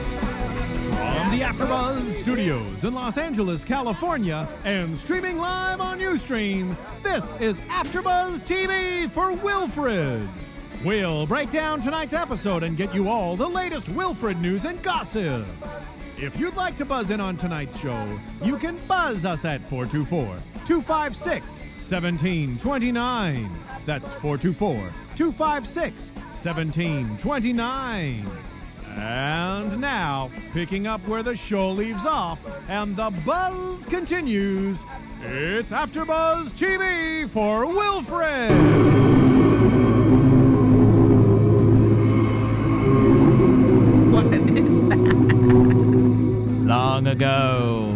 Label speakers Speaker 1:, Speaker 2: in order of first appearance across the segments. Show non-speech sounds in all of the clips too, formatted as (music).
Speaker 1: From the AfterBuzz Studios in Los Angeles, California, and streaming live on UStream, this is AfterBuzz TV for Wilfred. We'll break down tonight's episode and get you all the latest Wilfred news and gossip. If you'd like to buzz in on tonight's show, you can buzz us at 424 256 1729. That's 424 256 1729. And now, picking up where the show leaves off and the buzz continues, it's AfterBuzz TV for Wilfred.
Speaker 2: What is that?
Speaker 3: Long ago,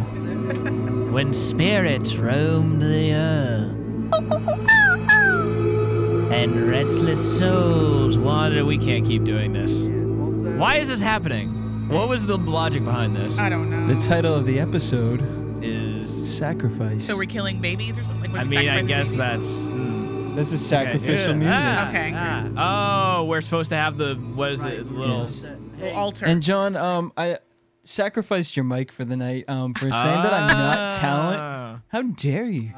Speaker 3: when spirits roamed the earth and restless souls wandered, we can't keep doing this. Why is this happening? What was the logic behind this?
Speaker 2: I don't know.
Speaker 4: The title of the episode
Speaker 3: Is
Speaker 4: Sacrifice.
Speaker 2: so we're killing babies or something? Like,
Speaker 3: I
Speaker 2: we're
Speaker 3: mean, I
Speaker 2: sacrificing
Speaker 3: guess
Speaker 2: babies?
Speaker 3: that's
Speaker 4: this is sacrificial
Speaker 3: Yeah.
Speaker 4: music.
Speaker 3: Ah,
Speaker 2: Okay.
Speaker 3: ah. Oh, we're supposed to have the what is it? Little
Speaker 2: We'll alter.
Speaker 4: And John, um, I sacrificed your mic for the night um, for saying that I'm not talent.
Speaker 3: Ah.
Speaker 4: How dare you?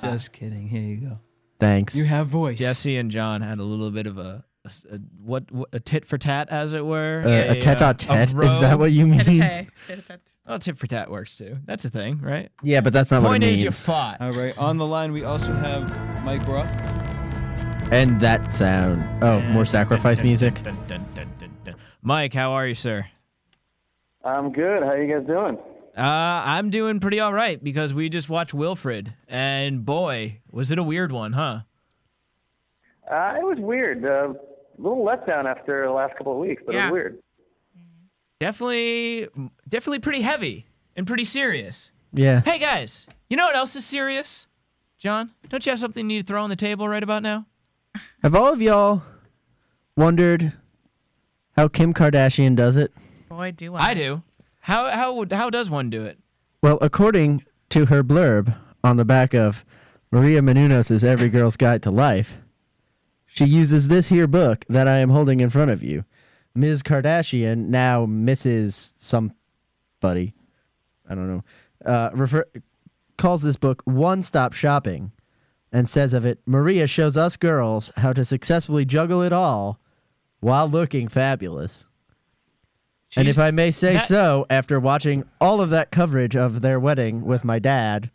Speaker 4: Just kidding. Here you go.
Speaker 5: Thanks.
Speaker 4: You have voice.
Speaker 3: Jesse and John had a little bit of a, a s- a- what, what a tit for tat, as it were.
Speaker 5: Uh, a tete-a-tete? Is
Speaker 3: row.
Speaker 5: that what you mean?
Speaker 2: Tete-a-tete. Tete-a-tete.
Speaker 3: Oh, tit for tat works too. That's a thing, right?
Speaker 5: Yeah, but that's not what it
Speaker 3: Point is, you
Speaker 5: means.
Speaker 3: fought.
Speaker 4: All right. On the line, we also have Mike Rock.
Speaker 5: and that sound. Oh, more sacrifice music.
Speaker 3: Dun, dun, dun, dun, dun. Mike, how are you, sir?
Speaker 6: I'm good. How you guys doing?
Speaker 3: Uh, I'm doing pretty all right because we just watched Wilfred, and boy, was it a weird one, huh?
Speaker 6: Uh, it was weird. A little letdown after the last couple of weeks, but it
Speaker 2: Yeah.
Speaker 6: was weird.
Speaker 3: Definitely, definitely pretty heavy and pretty serious.
Speaker 5: Yeah.
Speaker 3: Hey guys, you know what else is serious? John, don't you have something you need to throw on the table right about now?
Speaker 5: Have all of y'all wondered how Kim Kardashian does it?
Speaker 2: Boy, do I.
Speaker 3: I do. How how would- how does one do it?
Speaker 5: Well, according to her blurb on the back of Maria Menounos' Every Girl's Guide to Life, she uses this here book that I am holding in front of you. Ms. Kardashian, now Mrs. somebody, I don't know, uh, refer- calls this book One Stop Shopping and says of it Maria shows us girls how to successfully juggle it all while looking fabulous. And
Speaker 3: She's-
Speaker 5: if I may say
Speaker 3: that-
Speaker 5: so, after watching all of that coverage of their wedding with my dad,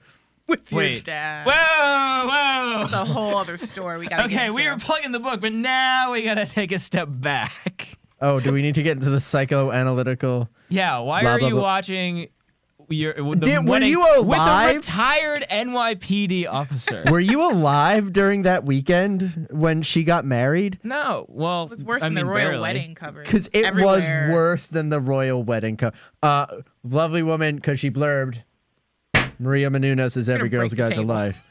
Speaker 2: With your
Speaker 3: Wait.
Speaker 2: dad.
Speaker 3: Whoa, whoa.
Speaker 2: That's a whole other story we got to
Speaker 3: Okay, we were plugging the book, but now we gotta take a step back. (laughs)
Speaker 5: oh, do we need to get into the psychoanalytical?
Speaker 3: Yeah, why
Speaker 5: Blah,
Speaker 3: are
Speaker 5: blah,
Speaker 3: you
Speaker 5: blah.
Speaker 3: watching? Your, the
Speaker 5: Did- were
Speaker 3: wedding
Speaker 5: you
Speaker 3: With a
Speaker 5: alive?
Speaker 3: retired NYPD officer.
Speaker 5: Were you alive during that weekend when she got married?
Speaker 3: no, well,
Speaker 2: It was worse
Speaker 3: I
Speaker 2: than
Speaker 3: mean,
Speaker 2: the royal
Speaker 3: barely.
Speaker 2: wedding coverage.
Speaker 5: Because it
Speaker 2: Everywhere.
Speaker 5: was worse than the royal wedding. Co- uh, lovely woman, because she blurbed. Maria Menounos is every
Speaker 2: break
Speaker 5: girl's
Speaker 2: the
Speaker 5: guide to
Speaker 2: table.
Speaker 5: life.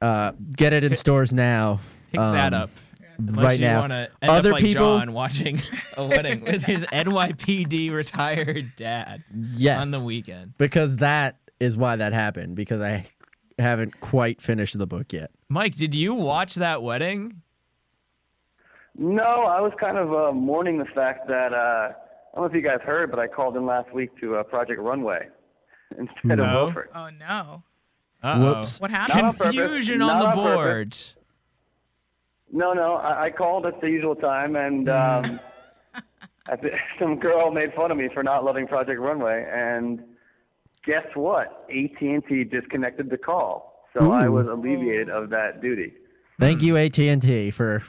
Speaker 5: Uh, get it in stores now.
Speaker 3: Pick that
Speaker 5: Um,
Speaker 3: up. Unless
Speaker 5: right
Speaker 3: you
Speaker 5: now.
Speaker 3: Wanna end
Speaker 5: Other
Speaker 3: up like
Speaker 5: people-
Speaker 3: John watching a wedding with
Speaker 5: (laughs)
Speaker 3: his NYPD retired dad
Speaker 5: Yes,
Speaker 3: on the weekend.
Speaker 5: because that is why that happened. Because I haven't quite finished the book yet.
Speaker 3: Mike, did you watch that wedding?
Speaker 6: No, I was kind of uh, mourning the fact that uh, I don't know if you guys heard, but I called in last week to uh, Project Runway instead
Speaker 3: No.
Speaker 6: of Wilford.
Speaker 2: Oh, no.
Speaker 3: Uh-oh.
Speaker 5: Whoops.
Speaker 2: What happened?
Speaker 6: Not on purpose.
Speaker 3: Confusion
Speaker 6: Not
Speaker 3: on the
Speaker 6: on purpose.
Speaker 3: board.
Speaker 6: No, no, I, I called at the usual time, and
Speaker 2: (laughs)
Speaker 6: um, I thi- (laughs) some girl made fun of me for not loving Project Runway. And guess what? AT&T disconnected the call, so I was alleviated of that duty.
Speaker 5: Thank you, AT and T, for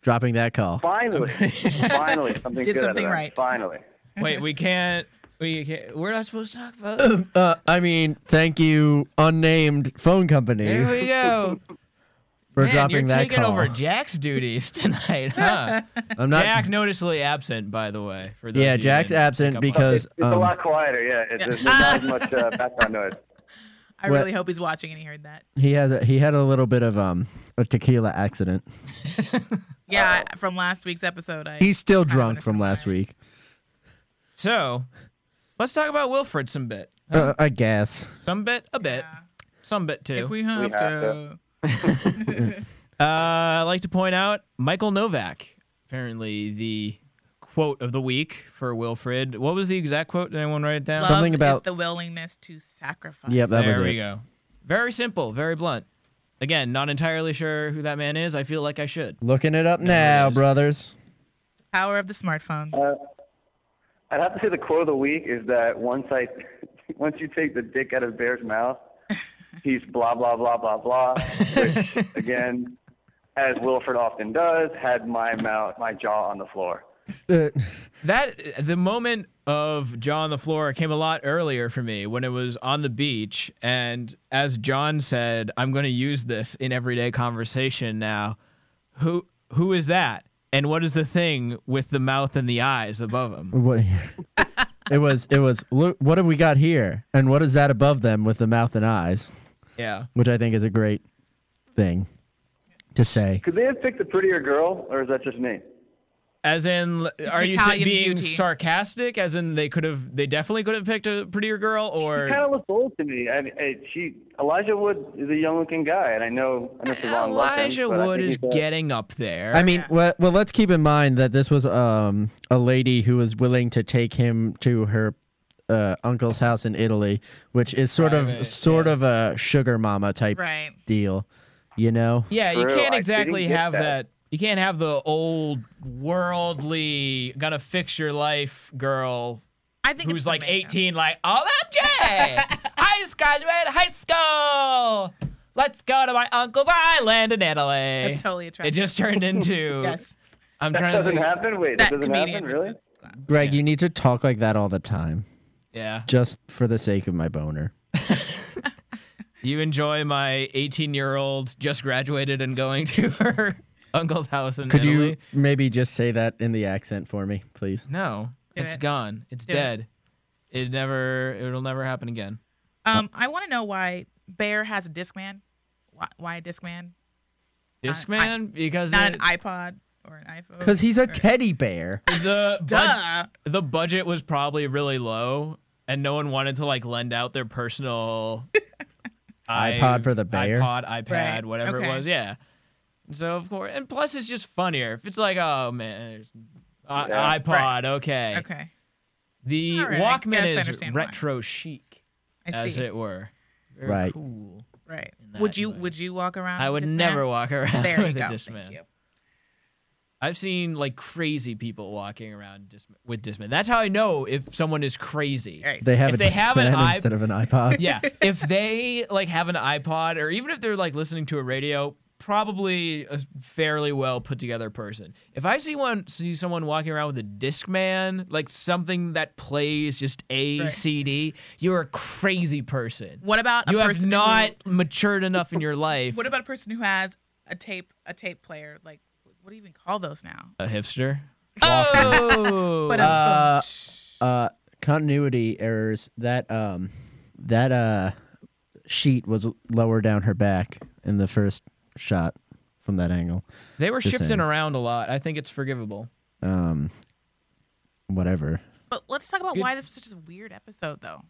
Speaker 5: dropping that call.
Speaker 2: (laughs)
Speaker 6: Finally, finally, something
Speaker 2: Did
Speaker 6: good out of
Speaker 2: something
Speaker 6: that.
Speaker 2: right.
Speaker 6: Finally.
Speaker 3: Wait, we can't. We can't. We're not supposed to talk about.
Speaker 5: Uh, I mean, thank you, unnamed phone company,
Speaker 3: There we
Speaker 5: (laughs)
Speaker 3: go.
Speaker 5: for
Speaker 3: Man,
Speaker 5: dropping
Speaker 3: you're
Speaker 5: that
Speaker 3: taking
Speaker 5: call.
Speaker 3: over Jack's duties (laughs) tonight, huh?
Speaker 5: I'm (laughs) not.
Speaker 3: Jack noticeably absent, by the way. For those
Speaker 5: yeah,
Speaker 3: of you who
Speaker 5: Jack's
Speaker 3: didn't pick up
Speaker 5: absent
Speaker 3: on-
Speaker 5: because
Speaker 6: It's a
Speaker 5: um,
Speaker 2: (laughs)
Speaker 6: lot quieter, yeah. It's, There's not as much uh, background noise.
Speaker 2: I I
Speaker 5: What-
Speaker 2: really hope he's watching and he heard that.
Speaker 5: He has a, he had a little bit of um a tequila accident.
Speaker 2: Yeah, from last week's episode. I,
Speaker 5: He's still
Speaker 2: kinda
Speaker 5: drunk
Speaker 2: understand
Speaker 5: from
Speaker 2: why.
Speaker 5: last week.
Speaker 3: So, let's talk about Wilfred some bit.
Speaker 5: Uh, I guess.
Speaker 3: Some bit, a bit.
Speaker 2: Yeah.
Speaker 3: Some bit too.
Speaker 2: If we have,
Speaker 6: have
Speaker 2: to.
Speaker 6: to.
Speaker 3: uh, I'd like to point out Michael Novak, apparently the quote of the week for Wilfred. What was the exact quote? Did anyone write it down?
Speaker 2: Love
Speaker 5: Something
Speaker 2: is
Speaker 5: about-
Speaker 2: the willingness to sacrifice.
Speaker 5: Yep, that
Speaker 3: there
Speaker 5: was
Speaker 3: we
Speaker 5: it.
Speaker 3: go. Very simple, very blunt. Again, not entirely sure who that man is. I feel like I should.
Speaker 5: Looking it up now,
Speaker 3: is.
Speaker 5: brothers.
Speaker 2: Power of the smartphone.
Speaker 6: Uh, I'd have to say the quote of the week is that once I, (laughs) once you take the dick out of Bear's
Speaker 2: (laughs)
Speaker 6: mouth, he's blah blah blah blah blah. Which,
Speaker 4: (laughs)
Speaker 6: again, as Wilfred often does, had my mouth, my jaw on the floor.
Speaker 5: Uh,
Speaker 3: That the moment of John on the floor came a lot earlier for me when it was on the beach, and as John said, "I'm going to use this in everyday conversation now." Who who is that, and what is the thing with the mouth and the eyes above him?
Speaker 5: what? (laughs) it was it was look what have we got here and what is that above them with the mouth and eyes,
Speaker 3: Yeah,
Speaker 5: which I think is a great thing to say.
Speaker 6: Could they have picked a prettier girl, or is that just me?
Speaker 3: as in, are you
Speaker 2: Italian
Speaker 3: being
Speaker 2: beauty.
Speaker 3: sarcastic? As in, they could have, they definitely could have picked a prettier girl, or
Speaker 6: Kind of looks old to me. I, I, she Elijah Wood is a young-looking guy, and I know I know Siobhan loves him,
Speaker 3: Elijah
Speaker 6: but I
Speaker 3: Wood
Speaker 6: think
Speaker 3: is
Speaker 6: he's, uh,
Speaker 3: getting up there.
Speaker 5: I mean, well, well, let's keep in mind that this was um, a lady who was willing to take him to her uh, uncle's house in Italy, which is sort
Speaker 3: Private,
Speaker 5: of sort of a sugar mama type
Speaker 2: Right.
Speaker 5: deal, you know.
Speaker 3: Yeah, you
Speaker 6: True, I
Speaker 3: can't
Speaker 6: didn't
Speaker 3: exactly
Speaker 6: get
Speaker 3: have that.
Speaker 6: that.
Speaker 3: You can't have the old worldly, gonna fix your life girl
Speaker 2: I think
Speaker 3: who's
Speaker 2: it's
Speaker 3: like
Speaker 2: the man.
Speaker 3: 18, like, oh, I'm
Speaker 2: (laughs)
Speaker 3: Jay. I just graduated high school. Let's go to my uncle's island in Italy.
Speaker 2: That's totally
Speaker 3: eh? It
Speaker 2: attractive.
Speaker 3: just turned into.
Speaker 2: (laughs) yes.
Speaker 3: I'm
Speaker 6: That
Speaker 3: trying to.
Speaker 6: doesn't
Speaker 3: Think,
Speaker 6: happen. Wait,
Speaker 2: That
Speaker 6: that doesn't happen.
Speaker 2: comedian. with
Speaker 6: Really?
Speaker 2: the glass.
Speaker 5: Greg, you need to talk like that all the time,
Speaker 3: yeah.
Speaker 5: just for the sake of my boner.
Speaker 3: You enjoy my 18 year old just graduated and going to (laughs) her uncle's house in
Speaker 5: Could
Speaker 3: Italy.
Speaker 5: you maybe just say that in the accent for me, please?
Speaker 3: No,
Speaker 2: Do
Speaker 3: it's
Speaker 2: it.
Speaker 3: gone. It's
Speaker 2: Do it.
Speaker 3: dead. It. never. It'll never happen again.
Speaker 2: Um, I want to know why Bear has a Discman. Why, why a Discman?
Speaker 3: Discman because
Speaker 2: Uh, Not
Speaker 3: it-
Speaker 2: an iPod or an iPhone.
Speaker 5: Because he's a
Speaker 2: or-
Speaker 5: teddy bear.
Speaker 3: the bud-
Speaker 2: Duh.
Speaker 3: the budget was probably really low, and no one wanted to like lend out their personal
Speaker 5: (laughs) iPod for the bear?
Speaker 3: iPod, iPad,
Speaker 2: Right,
Speaker 3: whatever
Speaker 2: okay.
Speaker 3: it was. Yeah. So of course, and plus it's just funnier if it's like, oh man, there's I-
Speaker 6: Yeah.
Speaker 3: iPod. Okay.
Speaker 2: Okay.
Speaker 3: The
Speaker 2: All right, I guess I
Speaker 3: Walkman is
Speaker 2: understand why.
Speaker 3: retro chic,
Speaker 2: I
Speaker 3: as
Speaker 2: see.
Speaker 3: it were. Very
Speaker 5: Right.
Speaker 3: Cool.
Speaker 2: Right.
Speaker 3: that
Speaker 2: Would you
Speaker 3: way.
Speaker 2: would you walk around?
Speaker 3: I
Speaker 2: with
Speaker 3: would
Speaker 2: Discman?
Speaker 3: never walk around
Speaker 2: There you
Speaker 3: with
Speaker 2: go.
Speaker 3: a Discman.
Speaker 2: Thank you.
Speaker 3: I've seen like crazy people walking around dis- with Discman. That's how I know if someone is crazy.
Speaker 2: All
Speaker 5: (laughs)
Speaker 2: right.
Speaker 5: They have
Speaker 3: If
Speaker 5: a
Speaker 3: they have an
Speaker 5: Discman
Speaker 3: iP-
Speaker 5: instead of an iPod.
Speaker 3: Yeah, if they like have an iPod or even if they're like listening to a radio, probably a fairly well put together person. If I see one see someone walking around with a Discman, like something that plays just a
Speaker 2: Right.
Speaker 3: CD, you're a crazy person.
Speaker 2: What about a
Speaker 3: You have
Speaker 2: person
Speaker 3: not
Speaker 2: Who,
Speaker 3: matured enough in
Speaker 2: (laughs)
Speaker 3: your life.
Speaker 2: what about a person who has a tape a tape player? Like, what do you even call those now?
Speaker 3: a uh, hipster?
Speaker 2: (laughs)
Speaker 3: Oh,
Speaker 2: But um,
Speaker 5: Uh, uh, continuity errors. That um, that uh, sheet was lower down her back in the first shot from that angle.
Speaker 3: They were
Speaker 5: Just
Speaker 3: shifting
Speaker 5: saying.
Speaker 3: around a lot. I think it's forgivable.
Speaker 5: Um, whatever.
Speaker 2: but let's talk about
Speaker 3: good-
Speaker 2: why this was such a weird episode, though.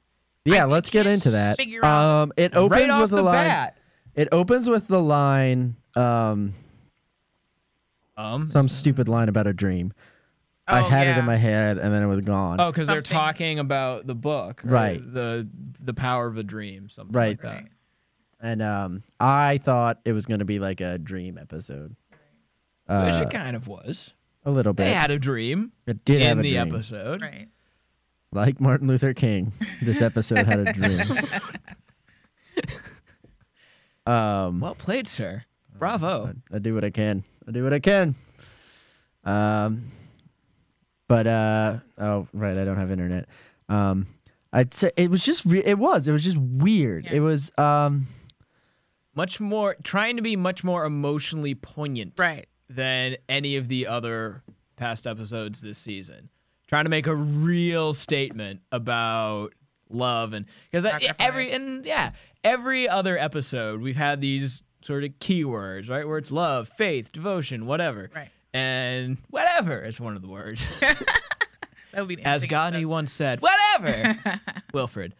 Speaker 5: Yeah, let's get into that.
Speaker 2: Figure out-
Speaker 5: Um, it opens
Speaker 3: right off
Speaker 5: with
Speaker 3: the
Speaker 5: the line.
Speaker 3: bat.
Speaker 5: It opens with the line. Um,
Speaker 3: Um.
Speaker 5: some stupid line about a dream. I
Speaker 2: Oh,
Speaker 5: had it
Speaker 2: yeah.
Speaker 5: in my head and then it was gone.
Speaker 3: Oh, because they're
Speaker 2: something.
Speaker 3: talking about the book, or
Speaker 5: Right.
Speaker 3: The the power of a dream, something
Speaker 5: Right.
Speaker 3: like that.
Speaker 2: Right.
Speaker 5: And um, I thought it was gonna be like a dream episode.
Speaker 3: Which
Speaker 5: Uh,
Speaker 3: it kind of was.
Speaker 5: a little
Speaker 3: They
Speaker 5: bit.
Speaker 3: had a dream
Speaker 5: It did
Speaker 3: in
Speaker 5: have a
Speaker 3: the
Speaker 5: dream.
Speaker 3: episode.
Speaker 2: Right.
Speaker 5: Like Martin Luther King, this episode had a dream. um,
Speaker 3: Well played, sir. Bravo.
Speaker 5: I do what I can. I do what I can. Um, but uh, oh right, I don't have internet. Um, I'd say it was just re- it was it was just weird.
Speaker 2: Yeah.
Speaker 5: It was um
Speaker 3: Much more trying to be much more emotionally poignant
Speaker 2: Right.
Speaker 3: than any of the other past episodes this season. Trying to make a real statement about love and because every
Speaker 2: Sacrifice.
Speaker 3: and yeah, every other episode, we've had these sort of keywords, right? Where it's love, faith, devotion, whatever.
Speaker 2: Right.
Speaker 3: And whatever is one of the words. (laughs)
Speaker 2: That would be an
Speaker 3: As
Speaker 2: interesting
Speaker 3: Gandhi
Speaker 2: episode.
Speaker 3: once said, whatever, (laughs) Wilfred.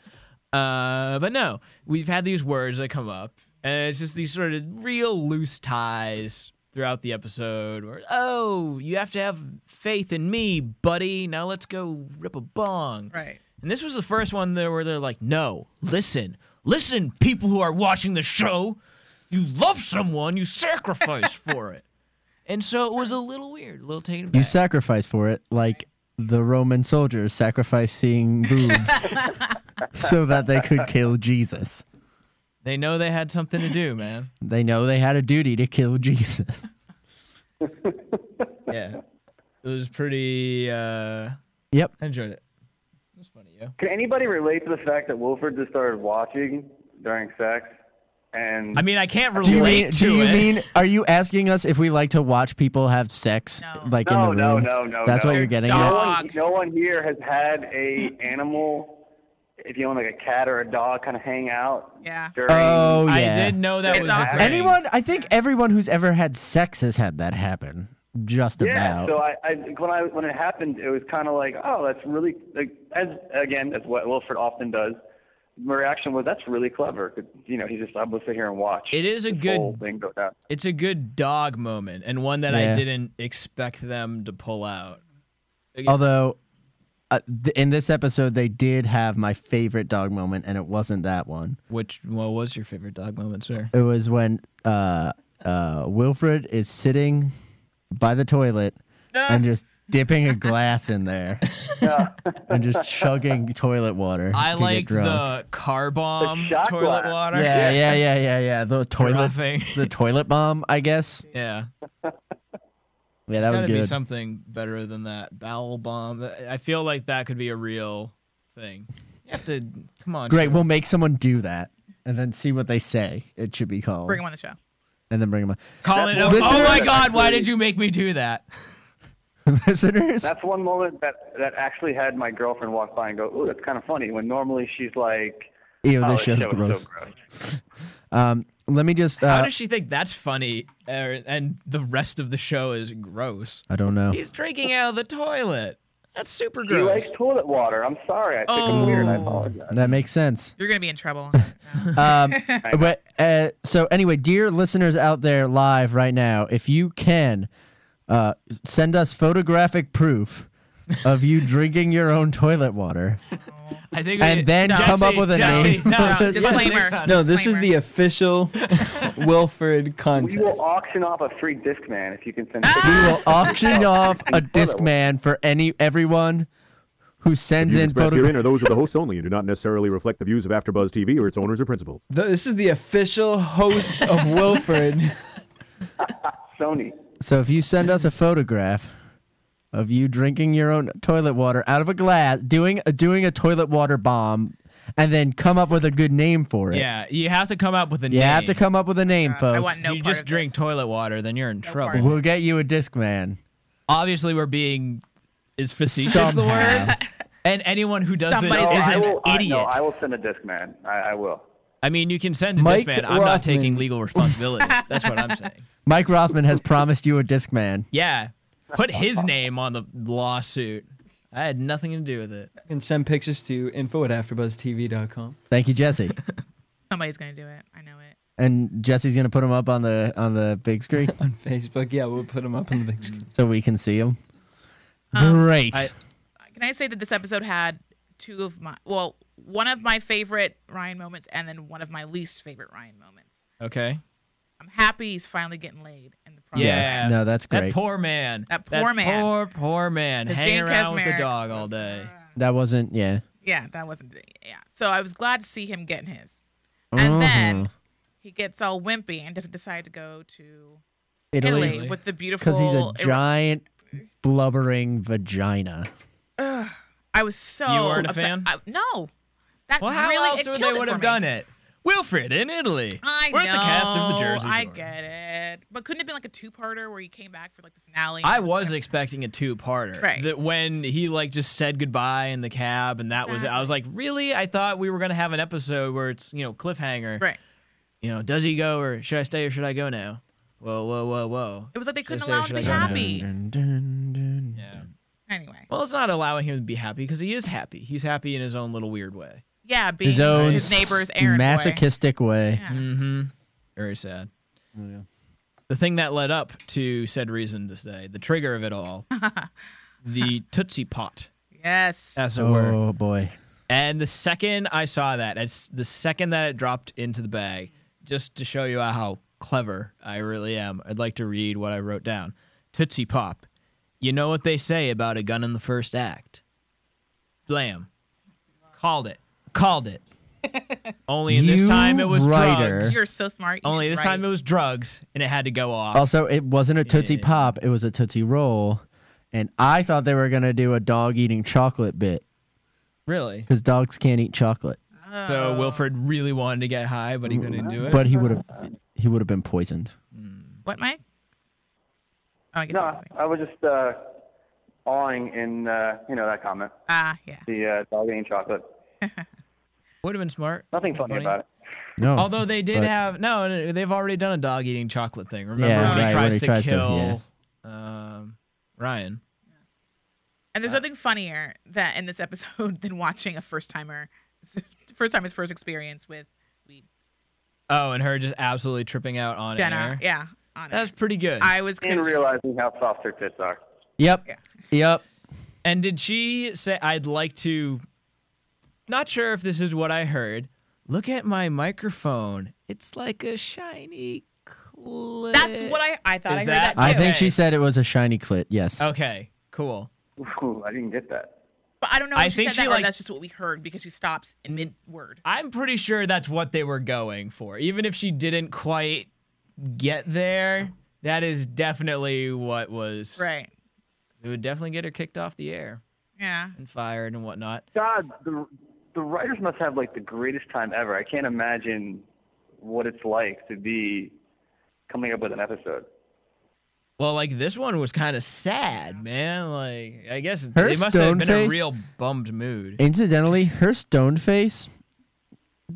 Speaker 3: Uh, but no, we've had these words that come up, and it's just these sort of real loose ties throughout the episode. Where oh, you have to have faith in me, buddy. Now let's go rip a bong.
Speaker 2: Right.
Speaker 3: And this was the first one there where they're like, no, listen, listen, people who are watching the show, if you love someone, you sacrifice for it. And so it was a little weird, a little taken aback.
Speaker 5: You sacrifice for it, like the Roman soldiers sacrificed seeing boobs so that they could kill Jesus.
Speaker 3: they know they had something to do, man.
Speaker 5: They know they had a duty to kill Jesus.
Speaker 3: yeah. It was pretty uh
Speaker 5: Yep.
Speaker 3: I enjoyed it. It was funny, yeah.
Speaker 6: Can anybody relate to the fact that Wilford just started watching during sex? And
Speaker 3: I mean I can't relate
Speaker 5: Do you mean?
Speaker 3: to
Speaker 5: Do you
Speaker 3: it.
Speaker 5: mean? Are you asking us if we like to watch people have sex,
Speaker 2: No.
Speaker 5: like
Speaker 6: No,
Speaker 5: in the
Speaker 6: no,
Speaker 5: room?
Speaker 6: no, no,
Speaker 5: That's
Speaker 6: no.
Speaker 5: what you're getting
Speaker 6: no,
Speaker 5: at.
Speaker 2: Dog.
Speaker 6: one, no one here has had a animal, if you own like a cat or a dog, kind of hang out
Speaker 2: Yeah.
Speaker 6: during.
Speaker 5: Oh yeah.
Speaker 3: I did know that
Speaker 2: It's
Speaker 3: was a
Speaker 2: awkward.
Speaker 3: thing.
Speaker 5: Anyone? I think everyone who's ever had sex has had that happen. Just
Speaker 6: Yeah,
Speaker 5: about.
Speaker 6: so I, I when I when it happened, it was kind of like, oh, that's really like as again that's what Wilfred often does. My reaction was, that's really clever. 'Cause, You know, he just I'm gonna sit here and watch.
Speaker 3: It is a
Speaker 6: this
Speaker 3: good-
Speaker 6: whole thing go down.
Speaker 3: It's a good dog moment and one that I
Speaker 5: Yeah.
Speaker 3: didn't expect them to pull out.
Speaker 5: Although, uh, th- in this episode, they did have my favorite dog moment, and it wasn't that one.
Speaker 3: Which what was your favorite dog moment, sir?
Speaker 5: It was when uh, uh, Wilfred is sitting by the toilet
Speaker 3: (laughs)
Speaker 5: and just dipping a glass in there and just chugging toilet water.
Speaker 3: I
Speaker 5: to get
Speaker 3: liked
Speaker 5: drunk.
Speaker 3: the car bomb
Speaker 6: shot
Speaker 3: toilet
Speaker 6: glass.
Speaker 3: water.
Speaker 5: Yeah, yeah, yeah, yeah,
Speaker 3: (laughs)
Speaker 5: yeah. The toilet,
Speaker 3: Dropping.
Speaker 5: the toilet bomb. I guess.
Speaker 3: Yeah.
Speaker 5: Yeah, that was
Speaker 3: gotta be
Speaker 5: good.
Speaker 3: something better than that bowel bomb. I feel like that could be a real thing. You have to come on.
Speaker 5: Great.
Speaker 3: Sher-
Speaker 5: We'll make someone do that and then see what they say. It should be called,
Speaker 2: Bring him on the show.
Speaker 5: and then bring them.
Speaker 3: Call it.
Speaker 6: That
Speaker 3: up.
Speaker 5: was-
Speaker 3: Oh my
Speaker 5: Listeners-
Speaker 3: God! Why did you make me do that?
Speaker 5: (laughs) Listeners,
Speaker 6: That's one moment that that actually had my girlfriend walk by and go, "Ooh, that's kind of funny." When normally she's like,
Speaker 5: ew,
Speaker 6: "Oh,
Speaker 5: this
Speaker 6: this
Speaker 5: show's
Speaker 6: show is so
Speaker 5: gross.
Speaker 6: gross."
Speaker 5: (laughs) Um, let me just.
Speaker 3: How
Speaker 5: Uh,
Speaker 3: does she think that's funny, er, and the rest of the show is gross?
Speaker 5: I don't know.
Speaker 3: He's drinking out of the toilet. That's super
Speaker 6: She
Speaker 3: gross.
Speaker 6: likes toilet water. I'm sorry, I think I'm weird. I apologize.
Speaker 5: That
Speaker 6: (laughs)
Speaker 5: makes sense.
Speaker 2: You're gonna be in trouble.
Speaker 5: Um, but uh, so anyway, dear listeners out there, live right now, if you can, uh, send us photographic proof of you drinking your own toilet water.
Speaker 3: I think.
Speaker 5: And then come up with a
Speaker 3: Jesse,
Speaker 5: name.
Speaker 3: No,
Speaker 5: (laughs) No,
Speaker 3: Jesse,
Speaker 2: disclaimer.
Speaker 3: (laughs) next time.
Speaker 4: No, this is
Speaker 2: Disclaimer.
Speaker 4: the official (laughs) Wilford
Speaker 6: We
Speaker 4: contest.
Speaker 6: will auction off a free disc man if you can send.
Speaker 5: We will auction off a
Speaker 6: Toilet water.
Speaker 5: Discman for any everyone who sends
Speaker 7: Views
Speaker 5: in
Speaker 7: expressed herein
Speaker 5: photo.
Speaker 7: are those of the hosts only and do not necessarily reflect the views of AfterBuzz TV or its owners or principals.
Speaker 4: Th- this is the official host of (laughs) Wilford.
Speaker 6: Sony.
Speaker 5: So if you send us a photograph of you drinking your own toilet water out of a glass, doing doing a toilet water bomb, and then come up with a good name for it.
Speaker 3: Yeah, you have to come up with a
Speaker 5: You
Speaker 3: name.
Speaker 5: have to come up with a name, folks.
Speaker 2: I want no
Speaker 3: you
Speaker 2: part
Speaker 3: just
Speaker 2: of
Speaker 3: drink
Speaker 2: this.
Speaker 3: toilet water, then you're in trouble.
Speaker 2: part.
Speaker 5: We'll get you a disc man.
Speaker 3: Obviously, we're being is facetious the
Speaker 5: Somehow.
Speaker 3: word, (laughs) and anyone who does
Speaker 2: Somebody's
Speaker 3: this is
Speaker 6: I
Speaker 3: an
Speaker 6: will, I,
Speaker 3: idiot.
Speaker 6: no, I will send a disc man. I, I will.
Speaker 3: I mean, you can send to this
Speaker 4: Mike
Speaker 3: man. I'm not taking
Speaker 4: Rothman.
Speaker 3: legal responsibility. That's what I'm saying.
Speaker 5: Mike Rothman has promised you a disc man.
Speaker 3: Yeah. Put his name on the lawsuit. I had nothing to do with it.
Speaker 4: and send pictures to info at afterbuzztv.com.
Speaker 5: Thank you, Jesse.
Speaker 2: Somebody's gonna do it. I know it.
Speaker 5: and Jesse's gonna put him up on the on the big
Speaker 3: (laughs)
Speaker 5: screen
Speaker 4: On Facebook, yeah, we'll put them up on the big screen.
Speaker 5: so we can see him. Great.
Speaker 3: Um, I-
Speaker 2: Can I say that this episode had two of my well, one of my favorite Ryan moments, and then one of my least favorite Ryan moments.
Speaker 3: Okay.
Speaker 2: I'm happy he's finally getting laid in the process.
Speaker 3: Yeah.
Speaker 5: No, that's
Speaker 3: That
Speaker 5: great.
Speaker 3: poor man.
Speaker 2: That poor man.
Speaker 3: Poor, poor man.
Speaker 2: 'Cause
Speaker 3: Hanging
Speaker 2: Jane
Speaker 3: around with
Speaker 2: Kesmer
Speaker 3: the dog all
Speaker 2: was- uh,
Speaker 3: day.
Speaker 5: that wasn't yeah.
Speaker 2: Yeah, that wasn't yeah. So I was glad to see him getting his.
Speaker 3: Mm-hmm.
Speaker 2: And then he gets all wimpy and doesn't decide to go to Italy,
Speaker 5: Italy
Speaker 2: with the beautiful
Speaker 5: because he's a giant blubbering vagina.
Speaker 2: I was so
Speaker 3: You weren't a
Speaker 2: upset.
Speaker 3: fan?
Speaker 2: I, no. That
Speaker 3: Well, how
Speaker 2: really
Speaker 3: else
Speaker 2: it
Speaker 3: would
Speaker 2: killed
Speaker 3: they would
Speaker 2: for
Speaker 3: have
Speaker 2: me.
Speaker 3: done it? Wilfred in Italy.
Speaker 2: I
Speaker 3: We're
Speaker 2: know.
Speaker 3: at the cast of the Jersey Shore.
Speaker 2: I get it, but couldn't it be like a two-parter where you came back for like the finale? and
Speaker 3: I
Speaker 2: it
Speaker 3: was
Speaker 2: like-
Speaker 3: expecting a two-parter.
Speaker 2: Right.
Speaker 3: That when he like just said goodbye in the cab, and that was it. I was like, really? I thought we were gonna have an episode where it's you know cliffhanger.
Speaker 2: right.
Speaker 3: You know, does he go or should I stay or should I go now? Whoa, whoa, whoa, whoa.
Speaker 2: It was like they couldn't
Speaker 3: Should I
Speaker 2: allow him
Speaker 3: stay
Speaker 2: to
Speaker 3: or
Speaker 2: be
Speaker 3: should I go now?
Speaker 5: Dun,
Speaker 2: happy.
Speaker 5: dun, dun.
Speaker 3: Yeah.
Speaker 2: Anyway,
Speaker 3: Well, it's not allowing him to be happy because he is happy. He's happy in his own little weird way.
Speaker 2: yeah, being
Speaker 5: His own
Speaker 2: his neighbor's errand boy.
Speaker 5: masochistic way. Oh,
Speaker 2: Yeah.
Speaker 3: Mm-hmm. Very sad. The thing that led up to said reason to stay, the trigger of it (laughs) all, the Tootsie Pot,
Speaker 2: Yes.
Speaker 3: as it were.
Speaker 5: Oh boy.
Speaker 3: And the second I saw that, it's the second that it dropped into the bag, just to show you how clever I really am, I'd like to read what I wrote down. Tootsie Pop. You know what they say about a gun in the first act. Blam. Called it. Called it. Only in this
Speaker 5: You
Speaker 3: time it was
Speaker 5: writer.
Speaker 3: drugs.
Speaker 2: You're so smart. You
Speaker 3: Only
Speaker 2: should
Speaker 3: this
Speaker 2: write.
Speaker 3: time it was drugs and it had to go off.
Speaker 5: Also, it wasn't a Tootsie
Speaker 3: Yeah.
Speaker 5: Pop, it was a Tootsie Roll. And I thought they were going to do a dog eating chocolate bit
Speaker 3: really?
Speaker 5: because dogs can't eat chocolate.
Speaker 3: So Wilfred really wanted to get high, but he couldn't do it.
Speaker 5: But he would have he would have been poisoned.
Speaker 2: What, Mike? Oh, I guess.
Speaker 6: No,
Speaker 2: that's the thing.
Speaker 6: I was just uh, awing in uh, you know that comment.
Speaker 2: Ah, yeah.
Speaker 6: The uh, dog eating chocolate.
Speaker 3: Would have been smart.
Speaker 6: Nothing funny, about it.
Speaker 5: No.
Speaker 3: Although they did
Speaker 5: but-
Speaker 3: have no, no, they've already done a dog eating chocolate thing. Remember
Speaker 5: Yeah,
Speaker 3: when
Speaker 5: right,
Speaker 3: he
Speaker 5: when
Speaker 3: tries
Speaker 5: he
Speaker 3: to
Speaker 5: tries to-
Speaker 3: kill um, Ryan?
Speaker 6: Uh.
Speaker 2: And there's nothing funnier that in this (laughs) episode than watching a first timer, (laughs) first timer's first experience with weed.
Speaker 3: Oh, and her just absolutely tripping out on
Speaker 2: Jenna.
Speaker 3: air.
Speaker 2: Yeah. On
Speaker 3: That's
Speaker 2: it.
Speaker 3: pretty good.
Speaker 2: I was
Speaker 6: And
Speaker 2: cringing.
Speaker 6: realizing how soft their tits are.
Speaker 5: Yep. Yep.
Speaker 3: and did she say I'd like to? Not sure if this is what I heard. Look at my microphone. It's like a shiny. Clit.
Speaker 2: That's what I I thought I
Speaker 3: Is
Speaker 2: heard
Speaker 3: that-
Speaker 2: that,
Speaker 5: I
Speaker 2: too.
Speaker 5: think she
Speaker 3: Okay.
Speaker 5: said it was a shiny clit. Yes.
Speaker 3: Okay, cool.
Speaker 6: Ooh, I didn't get that.
Speaker 2: but I don't know. If
Speaker 3: I
Speaker 2: she
Speaker 3: think
Speaker 2: said
Speaker 3: she,
Speaker 2: that, or
Speaker 3: like- Mm.
Speaker 2: that's just what we heard because she stops in mid word.
Speaker 3: I'm pretty sure that's what they were going for. Even if she didn't quite get there, that is definitely what was.
Speaker 2: Right.
Speaker 3: It would definitely get her kicked off the air
Speaker 2: Yeah.
Speaker 3: and fired and whatnot.
Speaker 6: God, the the writers must have like the greatest time ever. I can't imagine what it's like to be coming up with an episode.
Speaker 3: Well, like this one was kind of sad, man. Like I guess
Speaker 5: Her
Speaker 3: it must have
Speaker 5: stone
Speaker 3: been a
Speaker 5: face-
Speaker 3: real bummed mood.
Speaker 5: Incidentally, her stone face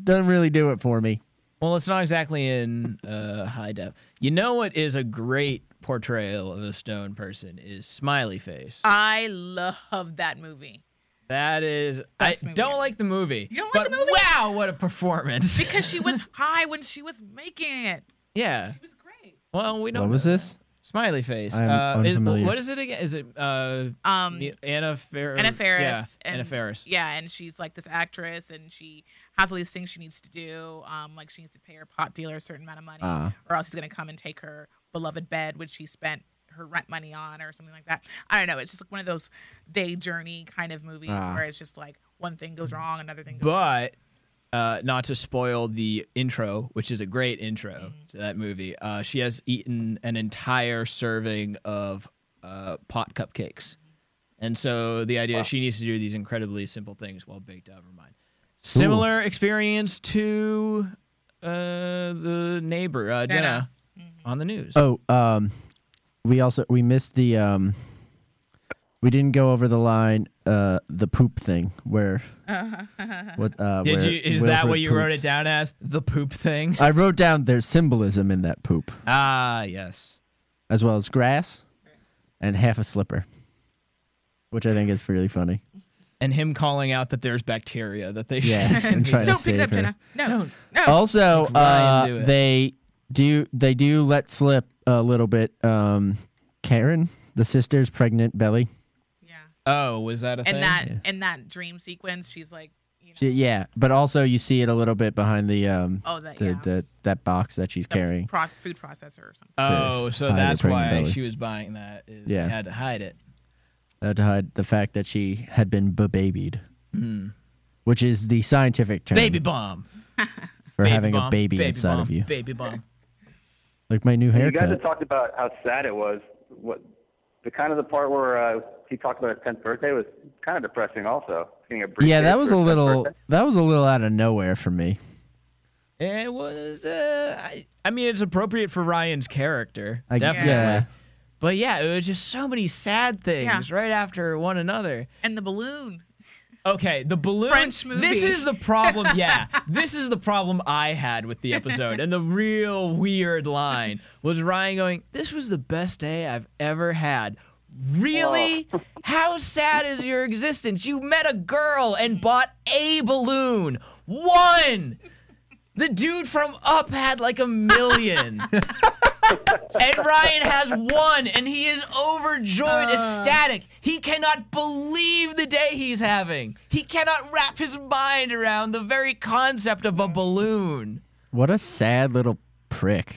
Speaker 5: doesn't really do it for me.
Speaker 3: Well, it's not exactly in uh, high def. You know what is a great portrayal of a stone person is smiley face.
Speaker 2: I love that movie
Speaker 3: that is, I
Speaker 2: Best movie
Speaker 3: don't
Speaker 2: ever.
Speaker 3: like the movie.
Speaker 2: You don't like
Speaker 3: but
Speaker 2: the movie?
Speaker 3: Wow, what a performance! (laughs)
Speaker 2: because she was high when she was making it.
Speaker 3: Yeah.
Speaker 2: It was great.
Speaker 3: Well, we don't.
Speaker 5: What was
Speaker 3: know.
Speaker 5: this?
Speaker 3: Smiley face.
Speaker 5: I am
Speaker 3: Uh, is-
Speaker 5: unfamiliar.
Speaker 3: what is it again? Is it uh,
Speaker 2: Um,
Speaker 3: Me- Anna Ferris?
Speaker 2: Anna Ferris.
Speaker 3: Yeah,
Speaker 2: and,
Speaker 3: Anna Ferris.
Speaker 2: Yeah, and she's like this actress, and she has all these things she needs to do. Um, like she needs to pay her pot dealer a certain amount of money,
Speaker 5: Ah.
Speaker 2: or else he's gonna come and take her beloved bed, which she spent her rent money on, or something like that. I don't know. It's just like one of those day journey kind of movies
Speaker 5: Ah.
Speaker 2: where it's just like one thing goes wrong, another thing. goes
Speaker 3: But uh, not to spoil the intro, which is a great intro
Speaker 2: Mm-hmm.
Speaker 3: to that movie. Uh, she has eaten an entire serving of uh, pot cupcakes,
Speaker 2: Mm-hmm.
Speaker 3: and so the idea is she needs to do these incredibly simple things while baked out of her mind. Similar experience to uh, the neighbor uh, Jenna,
Speaker 2: Jenna. Mm-hmm.
Speaker 3: on the news.
Speaker 5: Oh, um, we also we missed the um, we didn't go over the line uh the poop thing where
Speaker 2: Uh-huh.
Speaker 5: what uh
Speaker 3: Uh-huh. Did
Speaker 5: where
Speaker 3: you? Is that
Speaker 5: Wilfred
Speaker 3: what you wrote
Speaker 5: poops.
Speaker 3: it down as? The poop thing?
Speaker 5: I wrote down there's symbolism in that poop
Speaker 3: (laughs) Ah, yes.
Speaker 5: as well as grass and half a slipper, which I think is
Speaker 3: (laughs)
Speaker 5: really funny.
Speaker 3: And him calling out that there's bacteria that they
Speaker 5: Yeah,
Speaker 3: shouldn't
Speaker 5: I'm
Speaker 3: be-
Speaker 5: trying to
Speaker 2: Don't pick it up,
Speaker 5: save her. Oh.
Speaker 2: Jenna. No, (laughs) no.
Speaker 5: Also,
Speaker 3: Make Ryan
Speaker 5: uh,
Speaker 3: do it.
Speaker 5: they do they do let slip a little bit. Um, Karen, the sister's pregnant belly.
Speaker 2: Yeah.
Speaker 3: (laughs) Oh, was that a thing?
Speaker 2: And that and that dream sequence, she's like, you know,
Speaker 5: She, yeah, but also you see it a little bit behind the um
Speaker 2: oh that
Speaker 5: the,
Speaker 2: yeah,
Speaker 5: the that box that she's
Speaker 2: the
Speaker 5: carrying.
Speaker 2: proce- food processor or something.
Speaker 3: oh, so
Speaker 5: hide her
Speaker 3: that's
Speaker 5: pregnant
Speaker 3: why
Speaker 5: belly.
Speaker 3: she was buying that. Is
Speaker 5: Yeah.
Speaker 3: They had to hide it.
Speaker 5: Uh, to hide the fact that she had been babied,
Speaker 3: Hmm.
Speaker 5: which is the scientific term
Speaker 3: Baby bomb.
Speaker 5: for
Speaker 3: baby
Speaker 5: having
Speaker 3: bomb,
Speaker 5: a baby, inside
Speaker 3: bomb,
Speaker 5: of you.
Speaker 3: Baby bomb.
Speaker 5: Like my new
Speaker 6: You guys
Speaker 5: haircut.
Speaker 6: have talked about how sad it was. What the kind of the part where uh, he talked about his tenth birthday was kind of depressing. Also, Getting a
Speaker 5: yeah,
Speaker 6: briefcase
Speaker 5: that was
Speaker 6: for
Speaker 5: a
Speaker 6: his 10th
Speaker 5: little
Speaker 6: birthday.
Speaker 5: that was a little out of nowhere for me.
Speaker 3: (laughs) It was. Uh, I, I mean, it's appropriate for Ryan's character,
Speaker 5: I,
Speaker 3: definitely.
Speaker 5: Yeah.
Speaker 3: But yeah, it was just so many sad things
Speaker 2: Yeah.
Speaker 3: right after one another.
Speaker 2: And the balloon.
Speaker 3: Okay, the balloon.
Speaker 2: French movie.
Speaker 3: This is the
Speaker 2: (laughs)
Speaker 3: problem. Yeah, this is the problem I had with the episode, and the real weird line was Ryan going, "This was the best day I've ever had." Really? How sad is your existence? You met a girl and bought a balloon. One. The dude from Up had like a
Speaker 2: (laughs)
Speaker 3: million. and Ryan has one, and he is overjoyed, ecstatic. He cannot believe the day he's having. He cannot wrap his mind around the very concept of a balloon.
Speaker 5: What a sad little
Speaker 6: (laughs)
Speaker 5: prick.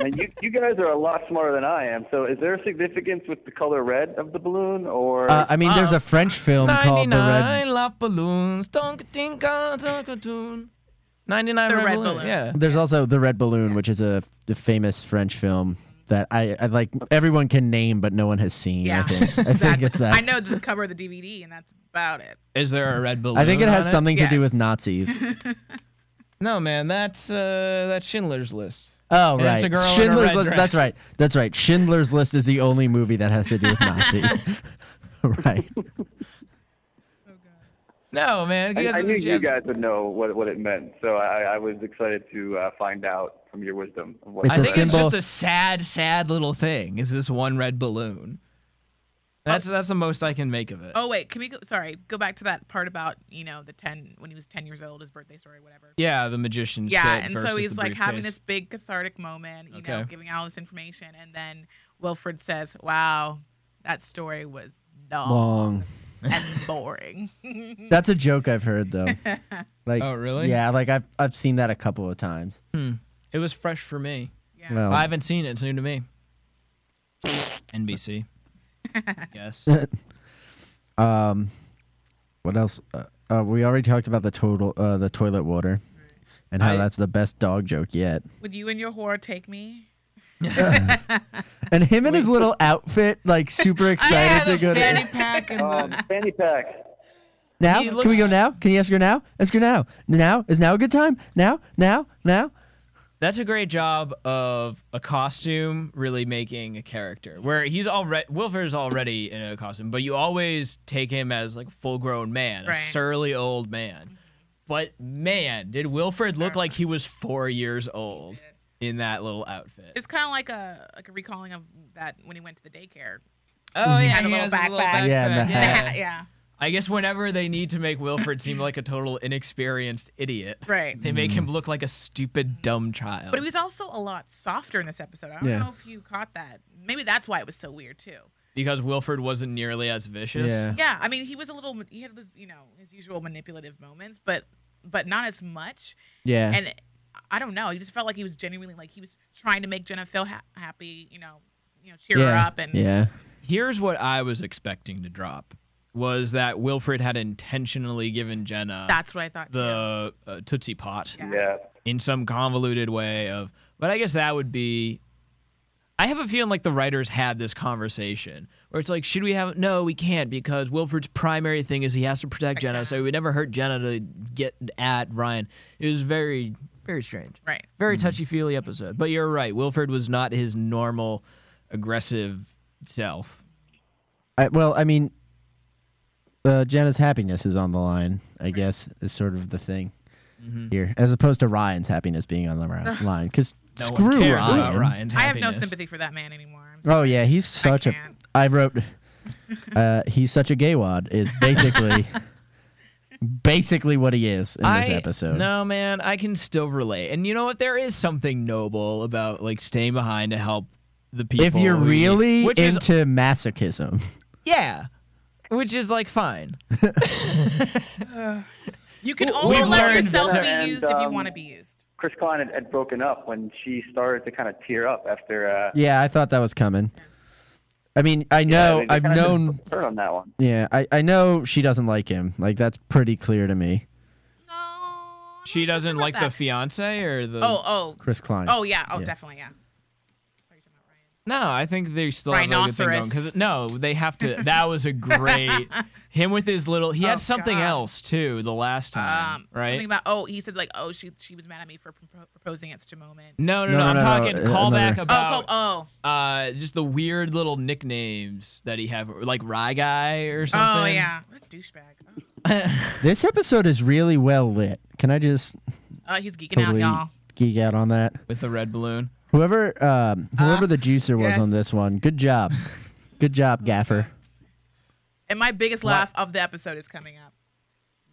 Speaker 6: And you, you guys are a lot smarter than I am. So, is there a significance with the color red of the balloon, or
Speaker 5: Uh, I mean, there's a French film called The Red.
Speaker 3: 99 love balloons. Don't think I'm a cartoon. 99
Speaker 2: The
Speaker 3: red,
Speaker 2: red
Speaker 3: balloon.
Speaker 2: balloon.
Speaker 3: Yeah.
Speaker 5: There's also The Red Balloon, which is a, f- a famous French film that I, I like everyone can name, but no one has seen. I
Speaker 2: Yeah.
Speaker 3: (laughs)
Speaker 5: think. I think it's that.
Speaker 2: I know the cover of the DVD, and that's about it.
Speaker 3: Is there a red balloon?
Speaker 5: I think it has
Speaker 3: on
Speaker 5: something to do with
Speaker 3: (laughs)
Speaker 2: Yes.
Speaker 5: Nazis.
Speaker 3: No, man, that's uh, that's Schindler's List.
Speaker 5: Oh
Speaker 3: And it's
Speaker 5: right,
Speaker 3: a girl in a
Speaker 5: Schindler's
Speaker 3: red
Speaker 5: List.
Speaker 3: dress.
Speaker 5: That's right. That's right. Schindler's List is the only movie that has to do
Speaker 3: (laughs)
Speaker 5: with Nazis. (laughs) right.
Speaker 3: No, man.
Speaker 6: I,
Speaker 3: because
Speaker 6: I knew
Speaker 3: it's
Speaker 6: you
Speaker 3: just-
Speaker 6: guys would know what what it meant, so I, I was excited to uh, find out from your wisdom. Of what
Speaker 5: It's
Speaker 3: I
Speaker 5: a
Speaker 3: think
Speaker 5: symbol.
Speaker 3: it's just a sad, sad little thing. Is this one red balloon? That's that's the most I can make of it.
Speaker 2: Oh wait, can we go? Sorry, go back to that part about you know the ten when he was ten years old, his birthday story, whatever.
Speaker 3: Yeah, the magician's
Speaker 2: Yeah,
Speaker 3: kid
Speaker 2: and
Speaker 3: versus
Speaker 2: so he's
Speaker 3: the
Speaker 2: like having
Speaker 3: briefcase.
Speaker 2: this big cathartic moment, you know,
Speaker 3: Okay.
Speaker 2: giving all this information, and then Wilfred says, "Wow, that story was long
Speaker 5: Long.
Speaker 2: and boring."
Speaker 5: That's a joke I've heard
Speaker 2: (laughs)
Speaker 5: though. Like.
Speaker 3: Oh, really?
Speaker 5: Yeah. Like I've I've seen that a couple of times.
Speaker 3: It was fresh for me.
Speaker 5: (laughs)
Speaker 2: Yeah.
Speaker 5: Well,
Speaker 3: I haven't seen it. It's new to
Speaker 2: (laughs)
Speaker 3: me. NBC. yes.
Speaker 5: Um, what else? Uh, uh, we already talked about the total uh, the toilet water, and how
Speaker 3: I-
Speaker 5: that's the best dog joke yet.
Speaker 2: Would you and your whore take me?
Speaker 5: And him in his little outfit, like
Speaker 3: (laughs)
Speaker 5: super excited to go. (laughs) To,
Speaker 3: pack and
Speaker 6: um, fanny pack.
Speaker 5: now,
Speaker 3: He
Speaker 5: can we go
Speaker 3: looks-
Speaker 5: now? Can you ask her now? Ask her now. Now is now a good time? Now, now, now.
Speaker 3: That's a great job of a costume really making a character. Where he's already Wilford is already in a costume, but you always take him as like a full-grown man,
Speaker 2: Right. Mm-hmm.
Speaker 3: a surly old man. But man, did Wilford look like he was 4 years old in that little outfit.
Speaker 2: It's kind of like a like a recalling of that when he went to the daycare.
Speaker 3: Oh yeah,
Speaker 2: Had a
Speaker 3: he
Speaker 2: little
Speaker 3: has his little
Speaker 2: backpack.
Speaker 5: Yeah, and the
Speaker 3: backpack,
Speaker 2: The
Speaker 5: hat.
Speaker 3: yeah.
Speaker 2: hat, (laughs) yeah.
Speaker 3: I guess whenever they need to make Wilford seem like a total inexperienced idiot,
Speaker 2: Right.
Speaker 3: they make him look like a stupid dumb child.
Speaker 2: But he was also a lot softer in this episode. I don't
Speaker 5: Yeah.
Speaker 2: know if you caught that. Maybe that's why it was so weird too.
Speaker 3: because Wilford wasn't nearly as vicious.
Speaker 5: Yeah.
Speaker 2: Yeah, I mean, he was a little. He had this, you know, his usual manipulative moments, but but not as much.
Speaker 5: Yeah.
Speaker 2: And I don't know. He just felt like he was genuinely like he was trying to make Jenna feel ha- happy. You know, you know, cheer her
Speaker 5: yeah.
Speaker 2: up and
Speaker 5: yeah.
Speaker 3: Here's what I was expecting to drop was that Wilfred had intentionally given Jenna
Speaker 2: That's what I thought
Speaker 3: the uh, Tootsie Pot
Speaker 2: too.
Speaker 6: Yeah.
Speaker 3: in some convoluted way of but I guess that would be I have a feeling like the writers had this conversation where it's like, should we have no, we can't because Wilfred's primary thing is he has to protect Jenna, so he would never hurt Jenna to get at Ryan. It was very very strange.
Speaker 2: Right.
Speaker 3: Very
Speaker 5: Mm-hmm.
Speaker 3: touchy feely episode. But you're right, Wilfred was not his normal aggressive self.
Speaker 5: I, well, I mean, uh, Jenna's happiness is on the line. I guess is sort of the thing
Speaker 3: Mm-hmm.
Speaker 5: here, as opposed to Ryan's happiness being on the ri- line. Because
Speaker 3: No one
Speaker 5: screw
Speaker 3: cares
Speaker 5: Ryan.
Speaker 3: about Ryan's
Speaker 2: I have no
Speaker 3: happiness.
Speaker 2: sympathy for that man anymore. I'm
Speaker 5: Oh yeah, he's such a.
Speaker 2: can't.
Speaker 5: I (laughs) wrote. Uh, he's such a gay wad is (laughs) basically, basically what he is in this
Speaker 3: I-
Speaker 5: episode.
Speaker 3: No, man, I can still relate. And you know what? There is something noble about like staying behind to help the people.
Speaker 5: if you're
Speaker 3: we-
Speaker 5: really
Speaker 3: which is,
Speaker 5: into masochism,
Speaker 3: yeah, which is like fine.
Speaker 2: You can
Speaker 3: W-
Speaker 2: only
Speaker 3: we've
Speaker 2: let
Speaker 3: learned
Speaker 2: yourself
Speaker 3: that.
Speaker 2: be
Speaker 6: And,
Speaker 2: used if you
Speaker 6: um,
Speaker 2: want to be used.
Speaker 6: Chris Klein had, had broken up when she started to kind of tear up after. Uh,
Speaker 5: yeah, I thought that was coming. I mean, I know
Speaker 6: they
Speaker 5: I've
Speaker 6: kinda just
Speaker 5: known.
Speaker 6: Heard on that one.
Speaker 5: Yeah, I, I know she doesn't like him. Like that's pretty clear to me.
Speaker 2: No. I'm
Speaker 3: She
Speaker 2: not so
Speaker 3: doesn't
Speaker 2: sure
Speaker 3: like
Speaker 2: about
Speaker 3: the
Speaker 2: that.
Speaker 3: fiance or the.
Speaker 2: Oh, oh,
Speaker 5: Chris Klein.
Speaker 2: oh, yeah, oh,
Speaker 5: Yeah.
Speaker 2: definitely, yeah. Are you talking about Ryan?
Speaker 3: No, I think they still have a good thing going. 'cause-
Speaker 2: Rhinoceros.
Speaker 3: no, they have
Speaker 2: (laughs)
Speaker 3: to. That was a great. him with his little. He
Speaker 2: Oh,
Speaker 3: had something
Speaker 2: God.
Speaker 3: else too the last time,
Speaker 2: Um,
Speaker 3: right?
Speaker 2: Something about oh, he said like oh she she was mad at me for pro- proposing at such a moment.
Speaker 3: no, no,
Speaker 5: No,
Speaker 3: no, I'm
Speaker 5: no, no,
Speaker 3: talking
Speaker 5: uh,
Speaker 3: callback
Speaker 5: another-
Speaker 3: about
Speaker 2: oh, oh,
Speaker 3: uh just the weird little nicknames that he have like Rye Guy or
Speaker 2: oh,
Speaker 3: something.
Speaker 2: oh yeah, what a douchebag. Oh.
Speaker 5: This episode is really well lit. Can I just
Speaker 2: Uh, he's geeking
Speaker 5: totally
Speaker 2: out, y'all.
Speaker 5: geek out on that?
Speaker 3: With the red balloon.
Speaker 5: Whoever, um, whoever the juicer was
Speaker 2: yes.
Speaker 5: on this one, good job, good job, Gaffer.
Speaker 2: And my biggest laugh of the episode is coming up. (laughs)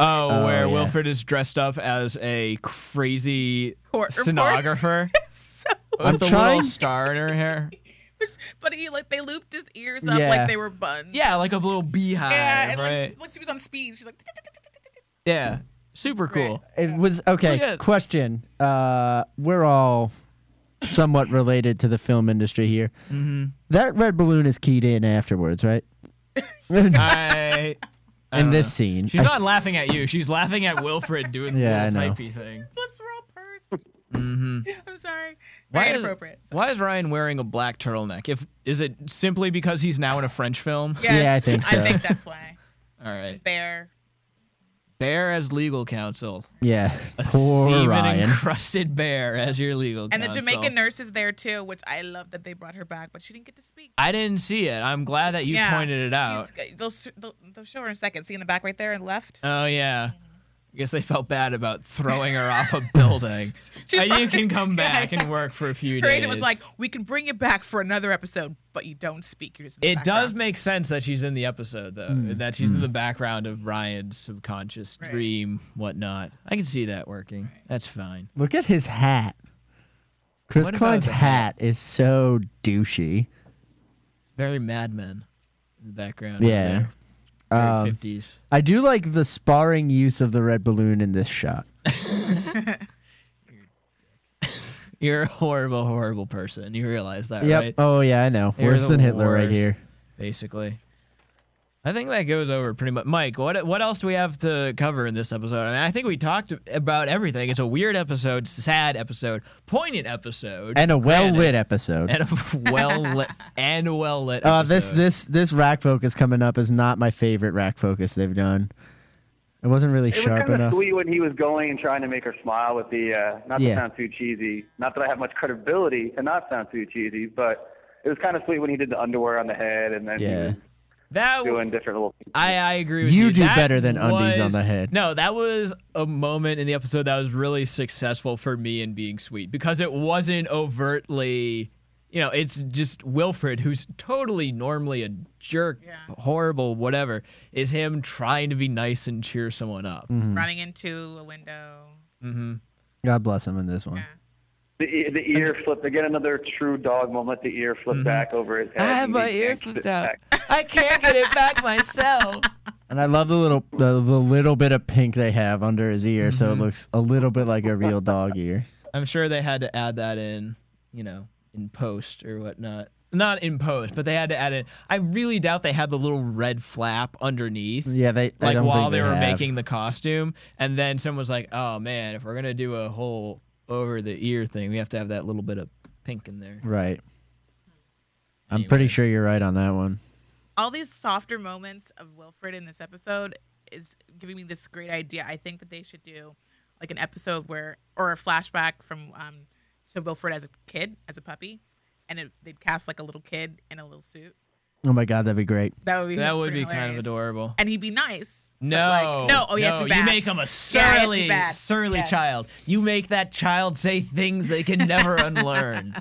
Speaker 3: Oh,
Speaker 5: Oh,
Speaker 3: where
Speaker 5: yeah.
Speaker 3: Wilfred is dressed up as a crazy
Speaker 2: Court reporter. (laughs)
Speaker 3: stenographer
Speaker 2: So,
Speaker 5: I'm
Speaker 3: with a
Speaker 5: trying-
Speaker 3: little star in her hair.
Speaker 2: but he like they looped his ears up
Speaker 5: Yeah.
Speaker 2: like they were buns.
Speaker 3: Yeah, like a little beehive,
Speaker 2: yeah. And
Speaker 3: right?
Speaker 2: like, she, like she was on speed. She's like.
Speaker 3: Yeah, super cool.
Speaker 5: It was
Speaker 3: Look
Speaker 5: okay.
Speaker 3: at-
Speaker 5: Question: uh, We're all somewhat related to the film industry here. Mm-hmm. That red balloon is keyed in afterwards, right? in
Speaker 3: I, I don't
Speaker 5: this
Speaker 3: know.
Speaker 5: scene,
Speaker 3: Uh, (laughs) she's not laughing at you. She's laughing at Wilfred doing
Speaker 5: Yeah,
Speaker 3: the
Speaker 5: I know.
Speaker 3: little typey thing.
Speaker 2: Lips were all pursed.
Speaker 5: Mm-hmm.
Speaker 2: (laughs) I'm sorry.
Speaker 3: Why
Speaker 2: Very
Speaker 3: is-
Speaker 2: inappropriate. Sorry.
Speaker 3: Why is Ryan wearing a black turtleneck? If is it simply because he's now in a French film?
Speaker 2: Yes,
Speaker 5: Yeah, I think so.
Speaker 2: I think that's why.
Speaker 3: All right.
Speaker 2: Bear.
Speaker 3: Bear as legal counsel.
Speaker 5: yeah, poor
Speaker 3: Semen
Speaker 5: Ryan.
Speaker 3: encrusted bear as your legal
Speaker 2: And the
Speaker 3: counsel.
Speaker 2: Jamaican nurse is there too, which I love that they brought her back, but she didn't get to speak.
Speaker 3: I didn't see it. I'm glad that you
Speaker 2: Yeah,
Speaker 3: pointed it out.
Speaker 2: She's, they'll, sh- they'll, they'll show her in a second. See in the back right there and left?
Speaker 3: Oh yeah. I guess they felt bad about throwing her off a building.
Speaker 2: (laughs) She's
Speaker 3: Uh, you
Speaker 2: like-
Speaker 3: can come back and work for a few
Speaker 2: her
Speaker 3: days.
Speaker 2: agent was like, we can bring you back for another episode, but you don't speak. You're just in the
Speaker 3: It does
Speaker 2: background."
Speaker 3: make sense that she's in the episode though,
Speaker 5: Mm,
Speaker 3: and that she's in the background of Ryan's subconscious
Speaker 2: Right.
Speaker 3: dream, whatnot. I can see that working. That's fine.
Speaker 5: Look at his hat. Chris
Speaker 3: What about
Speaker 5: Klein's
Speaker 3: the
Speaker 5: hat is so douchey.
Speaker 3: Very Mad Men in the background.
Speaker 5: Yeah. Um,
Speaker 3: fifties.
Speaker 5: I do like the sparring use of the red balloon in this shot.
Speaker 3: You're a horrible, horrible person. You realize that,
Speaker 5: Yep.
Speaker 3: right?
Speaker 5: Oh yeah, I know.
Speaker 3: You're
Speaker 5: Worse
Speaker 3: the
Speaker 5: than Hitler right
Speaker 3: worst.
Speaker 5: here.
Speaker 3: Basically. I think that goes over pretty much. Mike, what what else do we have to cover in this episode? I, mean, I think we talked about everything. It's a weird episode, sad episode, poignant episode,
Speaker 5: And a well
Speaker 3: Granted.
Speaker 5: lit episode.
Speaker 3: and a well lit and well lit.
Speaker 5: Uh, this this this rack focus coming up is not my favorite rack focus they've done. It wasn't really
Speaker 6: It was
Speaker 5: sharp
Speaker 6: kind of
Speaker 5: enough.
Speaker 6: sweet when he was going and trying to make her smile with the, uh, not to
Speaker 5: Yeah.
Speaker 6: sound too cheesy, not that I have much credibility to not sound too cheesy, but it was kind of sweet when he did the underwear on the head and then
Speaker 5: Yeah.
Speaker 6: he was
Speaker 3: that
Speaker 6: doing different little
Speaker 3: I, I agree with
Speaker 5: You
Speaker 3: you.
Speaker 5: do
Speaker 3: That
Speaker 5: better than undies on
Speaker 3: was-
Speaker 5: the head.
Speaker 3: No, that was a moment in the episode that was really successful for me in being sweet because it wasn't overtly, you know, it's just Wilfred, who's totally normally a jerk, horrible, whatever, is him trying to be nice and cheer someone up.
Speaker 5: Mm-hmm.
Speaker 2: Running into a window.
Speaker 5: God bless him in this one.
Speaker 6: The, e- the ear flip again, another true dog moment. The ear flipped back over his head. and he yanked it back.
Speaker 3: I can't get it back myself.
Speaker 5: And I love the little the, the little bit of pink they have under his ear, so it
Speaker 3: Mm-hmm.
Speaker 5: looks a little bit like a real dog ear.
Speaker 3: I'm sure they had to add that in, you know, in post or whatnot. Not in post, but they had to add it. I really doubt they had the little red flap underneath.
Speaker 5: Yeah, they I
Speaker 3: Like
Speaker 5: don't
Speaker 3: while
Speaker 5: think
Speaker 3: they, were
Speaker 5: have.
Speaker 3: making the costume, and then someone was like, "Oh man, if we're gonna do a whole over the ear thing, we have to have that little bit of pink in there."
Speaker 5: right. I'm pretty
Speaker 3: Anyways.
Speaker 5: sure you're right on that one.
Speaker 2: All these softer moments of Wilfred in this episode is giving me this great idea. I think that they should do like an episode where, or a flashback from um, to Wilfred as a kid, as a puppy, and it, they'd cast like a little kid in a little suit.
Speaker 5: Oh my god, that'd be great.
Speaker 2: That would be
Speaker 3: That would
Speaker 2: pretty
Speaker 3: be kind of
Speaker 2: hilarious.
Speaker 3: adorable.
Speaker 2: and he'd be nice. but,
Speaker 3: No,
Speaker 2: like, no. Oh yes,
Speaker 3: no,
Speaker 2: bad.
Speaker 3: you make him a
Speaker 2: Yeah, yes,
Speaker 3: surly,
Speaker 2: bad.
Speaker 3: surly
Speaker 2: Yes.
Speaker 3: child. You make that child say things they can
Speaker 2: (laughs)
Speaker 3: never unlearn.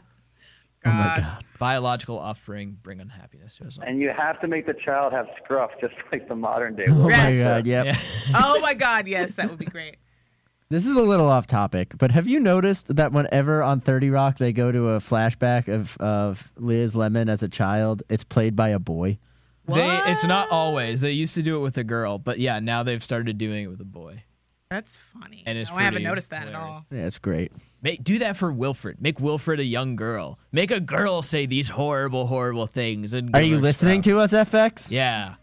Speaker 5: Oh my
Speaker 2: Gosh.
Speaker 5: god.
Speaker 3: Biological offspring bring unhappiness to us all.
Speaker 6: And you have to make the child have scruff, just like the modern day.
Speaker 5: Oh
Speaker 6: world.
Speaker 5: my
Speaker 2: Yes.
Speaker 5: god, yep.
Speaker 3: Yeah.
Speaker 2: (laughs) Oh my God, yes, that would be great.
Speaker 5: This is a little off topic, but have you noticed that whenever on 30 Rock they go to a flashback of, of Liz Lemon as a child, it's played by a boy?
Speaker 3: (laughs) They, it's not always. They used to do it with a girl, but yeah, now they've started doing it with a boy.
Speaker 2: That's funny.
Speaker 3: And it's
Speaker 2: no, I haven't
Speaker 3: pretty
Speaker 2: noticed that at
Speaker 3: hilarious.
Speaker 2: all.
Speaker 5: Yeah, it's great.
Speaker 3: Make do that for Wilfred. Make Wilfred a young girl. Make a girl say these horrible, horrible things. And
Speaker 5: Are you listening to us, FX?
Speaker 3: Yeah.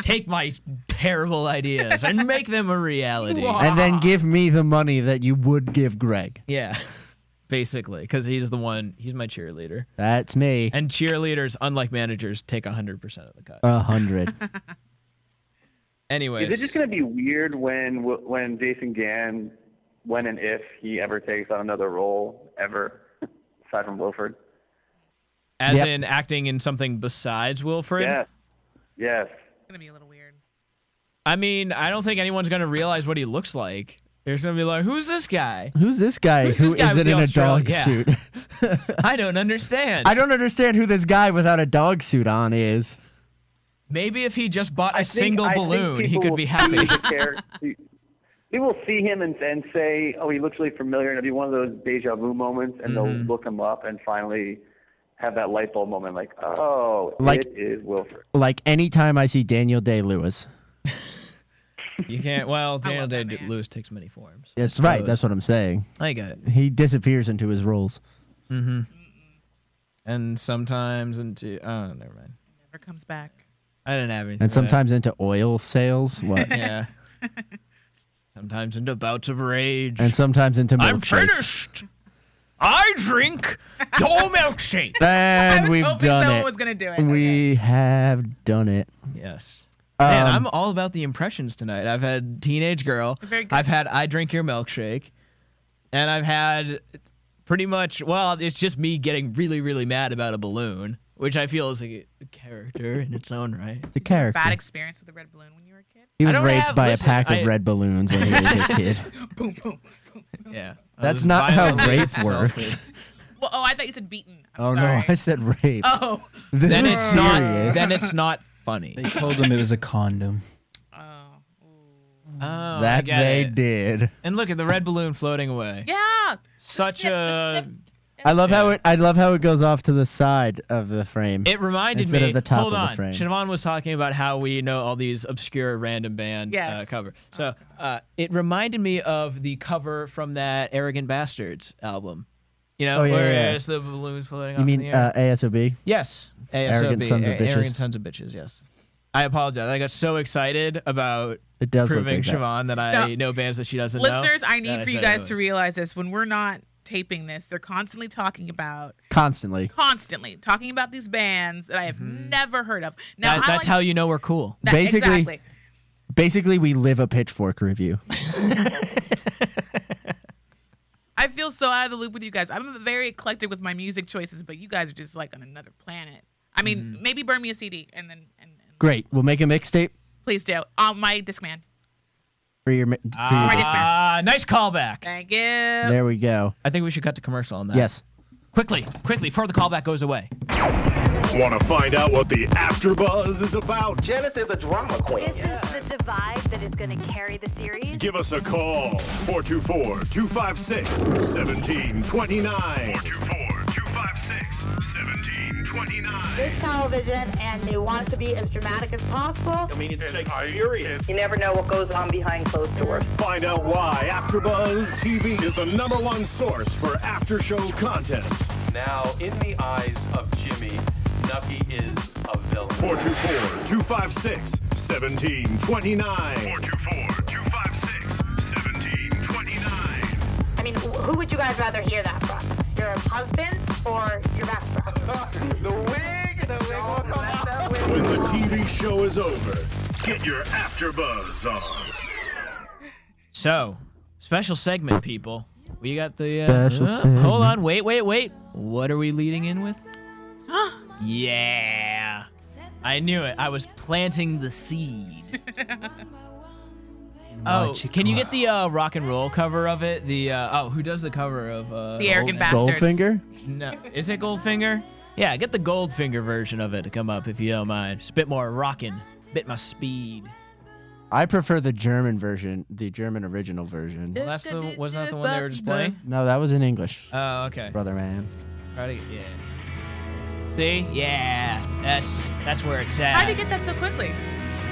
Speaker 3: Take my terrible ideas and make them a reality.
Speaker 2: Wha-
Speaker 5: And then give me the money that you would give Greg.
Speaker 3: Yeah. (laughs) basically, because he's the one. He's my cheerleader,
Speaker 5: That's me.
Speaker 3: and cheerleaders, unlike managers, take hundred percent of the cut. (laughs)
Speaker 5: A hundred.
Speaker 3: Anyways,
Speaker 6: Is it just going to be weird when when Jason Gann, when and if he ever takes on another role ever, aside from Wilford?
Speaker 3: as
Speaker 5: Yep.
Speaker 3: in acting in something besides Wilfred.
Speaker 6: Yes, yes.
Speaker 2: It's gonna be a little weird.
Speaker 3: I mean, I don't think anyone's gonna realize what he looks like. They're just gonna be like, "Who's this guy?
Speaker 5: Who's this guy
Speaker 3: Who's
Speaker 5: who
Speaker 3: this guy
Speaker 5: isn't
Speaker 3: with the
Speaker 5: in a
Speaker 3: Australian-
Speaker 5: dog
Speaker 3: yeah.
Speaker 5: suit? (laughs)
Speaker 3: I don't understand."
Speaker 5: I don't understand who this guy without a dog suit on is.
Speaker 3: Maybe if he just bought a
Speaker 6: I think-
Speaker 3: single
Speaker 6: I think
Speaker 3: balloon, he
Speaker 6: people
Speaker 3: could
Speaker 6: will
Speaker 3: be
Speaker 6: see (laughs)
Speaker 3: happy.
Speaker 6: the character- People will see him and, and say, "Oh, he looks really familiar," and it'll be one of those deja vu moments, and they'll look him up and finally have that light bulb moment, like, "Oh,
Speaker 5: Like-
Speaker 6: it is Wilfred."
Speaker 5: Like anytime I see Daniel Day Lewis.
Speaker 3: you can't. Well, Daniel
Speaker 2: love
Speaker 3: Day
Speaker 2: that man.
Speaker 3: Lewis takes many forms.
Speaker 5: That's right.
Speaker 3: suppose.
Speaker 5: That's what I'm saying.
Speaker 3: I get it.
Speaker 5: He disappears into his roles.
Speaker 3: And sometimes into oh, never mind.
Speaker 2: Never comes back.
Speaker 3: I didn't have anything.
Speaker 5: And
Speaker 3: for that.
Speaker 5: sometimes into oil sales.
Speaker 3: (laughs)
Speaker 5: What?
Speaker 6: (laughs)
Speaker 3: yeah. Sometimes into bouts of rage.
Speaker 5: and sometimes into
Speaker 3: I'm
Speaker 5: milkshakes.
Speaker 3: finished. I drink your milkshake.
Speaker 2: I
Speaker 5: And
Speaker 2: was
Speaker 5: we've
Speaker 2: hoping
Speaker 5: done
Speaker 2: someone
Speaker 5: it.
Speaker 2: was gonna do it. Okay.
Speaker 5: We have done it.
Speaker 3: Yes. Man,
Speaker 5: Um,
Speaker 3: I'm all about the impressions tonight. I've had teenage girl.
Speaker 2: Very good.
Speaker 3: I've had I drink your milkshake, and I've had pretty much. Well, it's just me getting really, really mad about a balloon, which I feel is a, a character in its own right.
Speaker 5: The character.
Speaker 2: Bad experience with the red balloon when you were a kid. (laughs)
Speaker 5: He
Speaker 3: I
Speaker 5: was
Speaker 3: don't
Speaker 5: raped
Speaker 3: have-
Speaker 5: by
Speaker 3: listen,
Speaker 5: a pack of
Speaker 3: I-
Speaker 5: red balloons when he was a kid.
Speaker 2: Boom, boom.
Speaker 3: Yeah. I
Speaker 5: That's
Speaker 3: was
Speaker 5: not how
Speaker 3: violently
Speaker 5: rape
Speaker 3: assaulted.
Speaker 5: works.
Speaker 2: Well, oh, I thought you said beaten. I'm
Speaker 5: Oh
Speaker 2: sorry.
Speaker 5: no, (laughs) I said rape.
Speaker 2: Oh.
Speaker 3: (laughs)
Speaker 5: this
Speaker 3: Then
Speaker 5: is
Speaker 3: it's not.
Speaker 5: serious.
Speaker 3: Then it's not funny.
Speaker 4: They told him it was a condom.
Speaker 2: Oh. Ooh.
Speaker 3: Oh, I
Speaker 5: that
Speaker 3: get
Speaker 5: they
Speaker 3: it.
Speaker 5: did.
Speaker 3: And look at the red balloon floating away.
Speaker 2: Yeah.
Speaker 3: Such
Speaker 2: snip, the
Speaker 3: a.
Speaker 2: snip.
Speaker 5: I love how it. I love how it goes off to the side of the frame.
Speaker 3: It reminded
Speaker 5: Instead
Speaker 3: me.
Speaker 5: of the top
Speaker 3: hold
Speaker 5: of the
Speaker 3: on,
Speaker 5: frame.
Speaker 3: Siobhan was talking about how we know all these obscure random band uh,
Speaker 2: Yes.
Speaker 3: cover. So uh, it reminded me of the cover from that Arrogant Bastards album. You know,
Speaker 5: Oh, yeah,
Speaker 3: where
Speaker 5: yeah, yeah.
Speaker 3: it's the balloons floating.
Speaker 5: you
Speaker 3: off in
Speaker 5: mean
Speaker 3: the air.
Speaker 5: uh, ASOB?
Speaker 3: Yes. ASOB.
Speaker 5: Arrogant Sons of
Speaker 3: A-
Speaker 5: Bitches.
Speaker 3: Arrogant sons of bitches. Yes. I apologize. I got so excited about
Speaker 5: It does look
Speaker 3: proving
Speaker 5: like that.
Speaker 3: Siobhan that I
Speaker 2: No.
Speaker 3: know bands that she doesn't know.
Speaker 2: Listeners, I need
Speaker 3: that
Speaker 2: for you
Speaker 3: said
Speaker 2: guys
Speaker 3: it
Speaker 2: to
Speaker 3: was.
Speaker 2: realize this. When we're not taping this, they're constantly talking about,
Speaker 5: Constantly.
Speaker 2: constantly talking about these bands that I have never heard of. Now,
Speaker 3: Mm-hmm. That-
Speaker 2: I
Speaker 3: that's
Speaker 2: like-
Speaker 3: how you know we're cool.
Speaker 2: that-
Speaker 5: basically-
Speaker 2: exactly.
Speaker 5: Basically, we live a pitchfork review.
Speaker 2: I feel so out of the loop with you guys. I'm very eclectic with my music choices, but you guys are just like on another planet. I mean,
Speaker 3: Mm-hmm.
Speaker 2: maybe burn me a CD and then and, and
Speaker 5: Great. We'll make a mixtape
Speaker 2: please do. Um, my Discman.
Speaker 5: for your. mi- For
Speaker 2: Right,
Speaker 5: your
Speaker 2: it's
Speaker 3: Ah, nice callback.
Speaker 2: Thank you.
Speaker 5: there we go.
Speaker 3: I think we should cut the commercial on that.
Speaker 5: Yes.
Speaker 3: Quickly, quickly, before the callback goes away.
Speaker 7: Want to find out what the AfterBuzz is about?
Speaker 8: Janice is a drama queen.
Speaker 9: This is the divide that is going to carry the series.
Speaker 7: Give us a call 424-256-1729. 424-256-1729.
Speaker 10: It's television, and they want it to be as dramatic as possible.
Speaker 7: I mean, it's Shakespearean.
Speaker 10: You never know what goes on behind closed doors.
Speaker 7: Find out why AfterBuzz TV is the number one source for after-show content.
Speaker 8: Now, in the eyes of Jimmy, Nucky is a villain.
Speaker 7: 424-256-1729. 424-256-1729.
Speaker 10: I mean, wh- who would you guys rather hear that from? Your husband or your best friend?
Speaker 8: the wig! The wig will come out.
Speaker 7: When the TV show is over, get your AfterBuzz on.
Speaker 3: So, special segment, people. We got the. Uh,
Speaker 5: Special
Speaker 3: uh,
Speaker 5: segment.
Speaker 3: Hold on, wait, wait, wait. What are we leading in with? yeah. I knew it. I was planting the seed. oh,
Speaker 4: Logical.
Speaker 3: can you get the uh, rock and roll cover of it? The uh, oh, who does the cover of uh,
Speaker 2: The arrogant bastards.
Speaker 5: Goldfinger.
Speaker 3: No, is it Goldfinger? Yeah, get the Goldfinger version of it to come up if you don't mind. It's a bit more rockin', bit my speed.
Speaker 5: I prefer the German version, the German original version.
Speaker 3: Well, that's the was that the one they were just playing?
Speaker 5: No, that was in English,
Speaker 3: Oh, okay.
Speaker 5: brother man.
Speaker 3: Try to- yeah. See, yeah, that's that's where it's at.
Speaker 2: How would you get that so quickly?
Speaker 3: oh,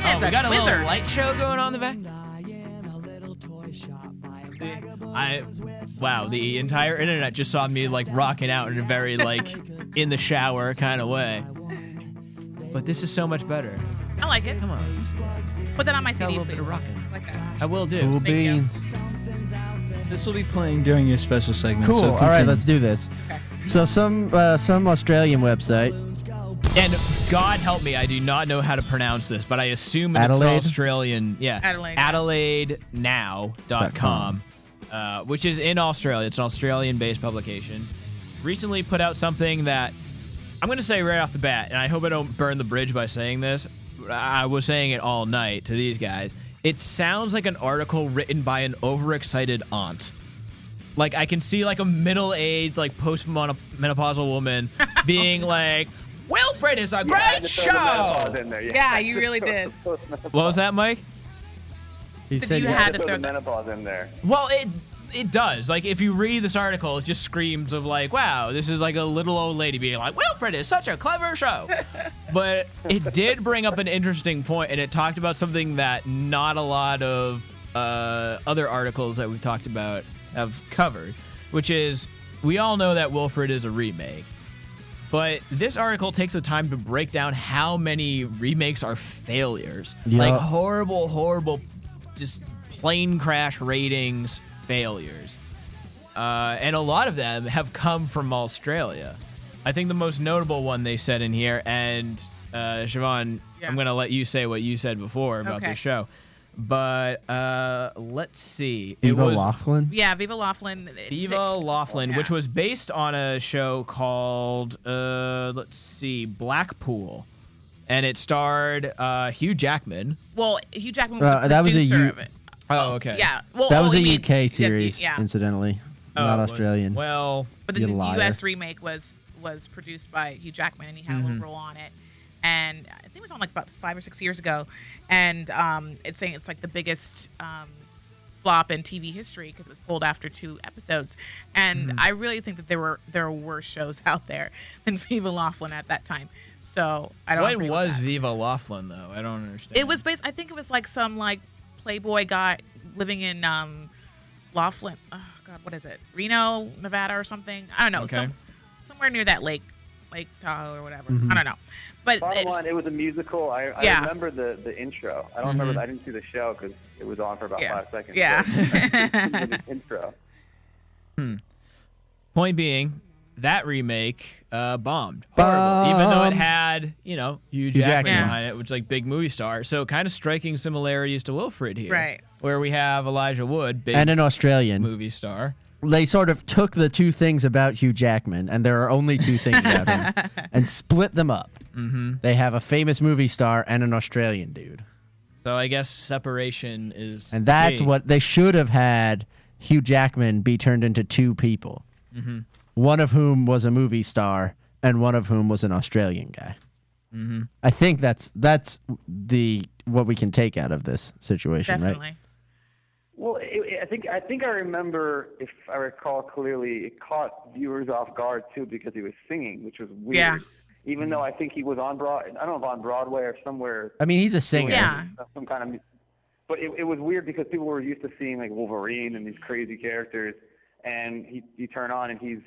Speaker 2: Yeah,
Speaker 3: we got a
Speaker 2: wizard.
Speaker 3: little light show going on in the back. I wow, the entire internet just saw me like rocking out in a very like in the shower kind of way. But this is so much better.
Speaker 2: I like it.
Speaker 3: Come on.
Speaker 2: Put that on my
Speaker 3: Sell a
Speaker 2: CD,
Speaker 3: little
Speaker 2: please.
Speaker 3: bit of rockin'.
Speaker 2: Like that.
Speaker 3: I will do.
Speaker 5: Cool
Speaker 2: Thank you.
Speaker 5: beans.
Speaker 4: This will be playing during your special segment.
Speaker 5: Cool.
Speaker 4: so
Speaker 5: All right,
Speaker 4: continue.
Speaker 5: let's do this. So some uh, some Australian website.
Speaker 3: And God help me, I do not know how to pronounce this, but I assume
Speaker 5: Adelaide?
Speaker 3: it's Australian. Yeah.
Speaker 2: Adelaide.
Speaker 3: AdelaideNow.com, uh, which is in Australia. It's an Australian based publication. Recently put out something that I'm going to say right off the bat, and I hope I don't burn the bridge by saying this. I was saying it all night to these guys. It sounds like an article written by an overexcited aunt. Like I can see like a middle-aged, like post-menopausal woman being like, "Wilfred is a great show."
Speaker 2: Oh, Yeah, you really (laughs) did.
Speaker 3: What was that, Mike?
Speaker 5: He
Speaker 2: Said said you you had had to to throw throw the-
Speaker 6: menopause in there.
Speaker 3: Well, it it does. Like if you read this article, it just screams of like, "Wow, this is like a little old lady being like, Wilfred is such a clever show." but it did bring up an interesting point, and it talked about something that not a lot of uh, other articles that we've talked about have covered, which is we all know that Wilfred is a remake. But this article takes the time to break down how many remakes are failures.
Speaker 5: Yeah.
Speaker 3: Like horrible, horrible, just plane crash ratings failures. Uh, and a lot of them have come from Australia. I think the most notable one they said in here, and uh, Siobhan,
Speaker 2: Yeah.
Speaker 3: I'm going to let you say what you said before about
Speaker 2: Okay.
Speaker 3: this show. But uh, let's see.
Speaker 5: Eva
Speaker 3: it was
Speaker 5: Laughlin.
Speaker 2: Yeah, Viva Laughlin. it's-
Speaker 3: Eva Laughlin,
Speaker 2: Yeah.
Speaker 3: which was based on a show called, uh, let's see, Blackpool. And it starred uh, Hugh Jackman.
Speaker 2: Well, Hugh Jackman was
Speaker 5: Uh,
Speaker 2: the
Speaker 5: that was a
Speaker 2: producer
Speaker 5: U-
Speaker 2: of it.
Speaker 3: Oh, okay.
Speaker 2: Yeah. Well,
Speaker 5: that
Speaker 2: oh,
Speaker 5: was a
Speaker 2: you mean- yeah, the-
Speaker 5: UK series,
Speaker 2: Yeah.
Speaker 5: incidentally,
Speaker 3: Oh,
Speaker 5: not
Speaker 3: well-
Speaker 5: Australian.
Speaker 3: Well,
Speaker 2: But then
Speaker 5: You
Speaker 2: the
Speaker 5: liar.
Speaker 2: U.S. remake was was produced by Hugh Jackman, and he had a
Speaker 3: Mm-hmm.
Speaker 2: little role on it. And I think it was on like about five or six years ago. And um, it's saying it's like the biggest um, flop in TV history because it was pulled after two episodes. And
Speaker 3: Mm-hmm.
Speaker 2: I really think that there were there were worse shows (laughs) out there than Viva Laughlin at that time. So I don't.
Speaker 3: what
Speaker 2: agree with
Speaker 3: was
Speaker 2: that.
Speaker 3: Viva Laughlin, though? I don't understand.
Speaker 2: It was based. I think it was like some like Playboy guy living in um, Laughlin. Oh God, what is it? Reno, Nevada, or something. I don't know.
Speaker 3: Okay.
Speaker 2: Some, somewhere near that lake, Lake Tahoe, or whatever. I don't know. But
Speaker 6: Bottom
Speaker 2: it-
Speaker 6: line, it was a musical. I, I
Speaker 2: Yeah. Mm-hmm.
Speaker 6: remember the, the intro. I don't remember. I didn't see the show because it was on for about
Speaker 2: Yeah.
Speaker 6: five seconds.
Speaker 2: Yeah.
Speaker 6: so I
Speaker 2: (laughs)
Speaker 6: remember the intro.
Speaker 3: Point being, that remake uh, bombed. Horrible. Even though it
Speaker 5: Bombed.
Speaker 3: had, you know, Hugh
Speaker 5: Hugh
Speaker 3: Jackman,
Speaker 5: Jackman.
Speaker 3: behind it, which is like big movie star. So kind of striking similarities to Wilfred here.
Speaker 2: Right.
Speaker 3: Where we have Elijah Wood, big
Speaker 5: and an Australian.
Speaker 3: movie star.
Speaker 5: They sort of took the two things about Hugh Jackman, and there are only two things about
Speaker 2: (laughs)
Speaker 5: him, and split them up. Mm-hmm. They have a famous movie star and an Australian dude,
Speaker 3: So I guess separation is.
Speaker 5: and that's
Speaker 3: key.
Speaker 5: what they should have had. Hugh Jackman be turned into two people, one of whom was a movie star, and one of whom was an Australian guy. I think that's that's the what we can take out of this situation, right?
Speaker 2: definitely.
Speaker 6: Well, it, it- I think I think I remember, if I recall clearly, it caught viewers off guard too because he was singing, which was weird.
Speaker 2: Yeah.
Speaker 6: Even though I think he was on Broad, I don't know if on Broadway or somewhere,
Speaker 5: I mean, he's a singer.
Speaker 2: Yeah.
Speaker 6: some kind of. mu- But it, it was weird because people were used to seeing like Wolverine and these crazy characters, and he you turn on and he's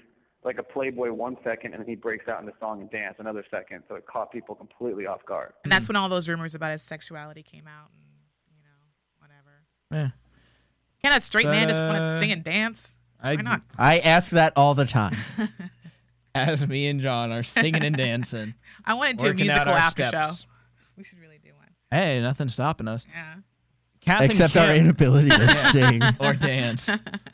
Speaker 6: like a playboy one second, and then he breaks out into song and dance another second. So it caught people completely off guard.
Speaker 2: And that's when all those rumors about his sexuality came out, and you know, whatever.
Speaker 3: Yeah.
Speaker 2: Can that straight man just want to
Speaker 3: Uh,
Speaker 2: sing and dance?
Speaker 3: I,
Speaker 2: Why not?
Speaker 5: I ask that all the (laughs) time.
Speaker 3: As me and John are singing
Speaker 2: (laughs)
Speaker 3: and dancing.
Speaker 2: I want to do a
Speaker 3: working out
Speaker 2: musical
Speaker 3: our
Speaker 2: after
Speaker 3: steps.
Speaker 2: show. We should really do one.
Speaker 3: Hey, nothing's stopping us.
Speaker 2: Yeah.
Speaker 3: Kath and
Speaker 5: except our
Speaker 3: Kim-
Speaker 5: inability (laughs) to sing.
Speaker 3: or dance. (laughs)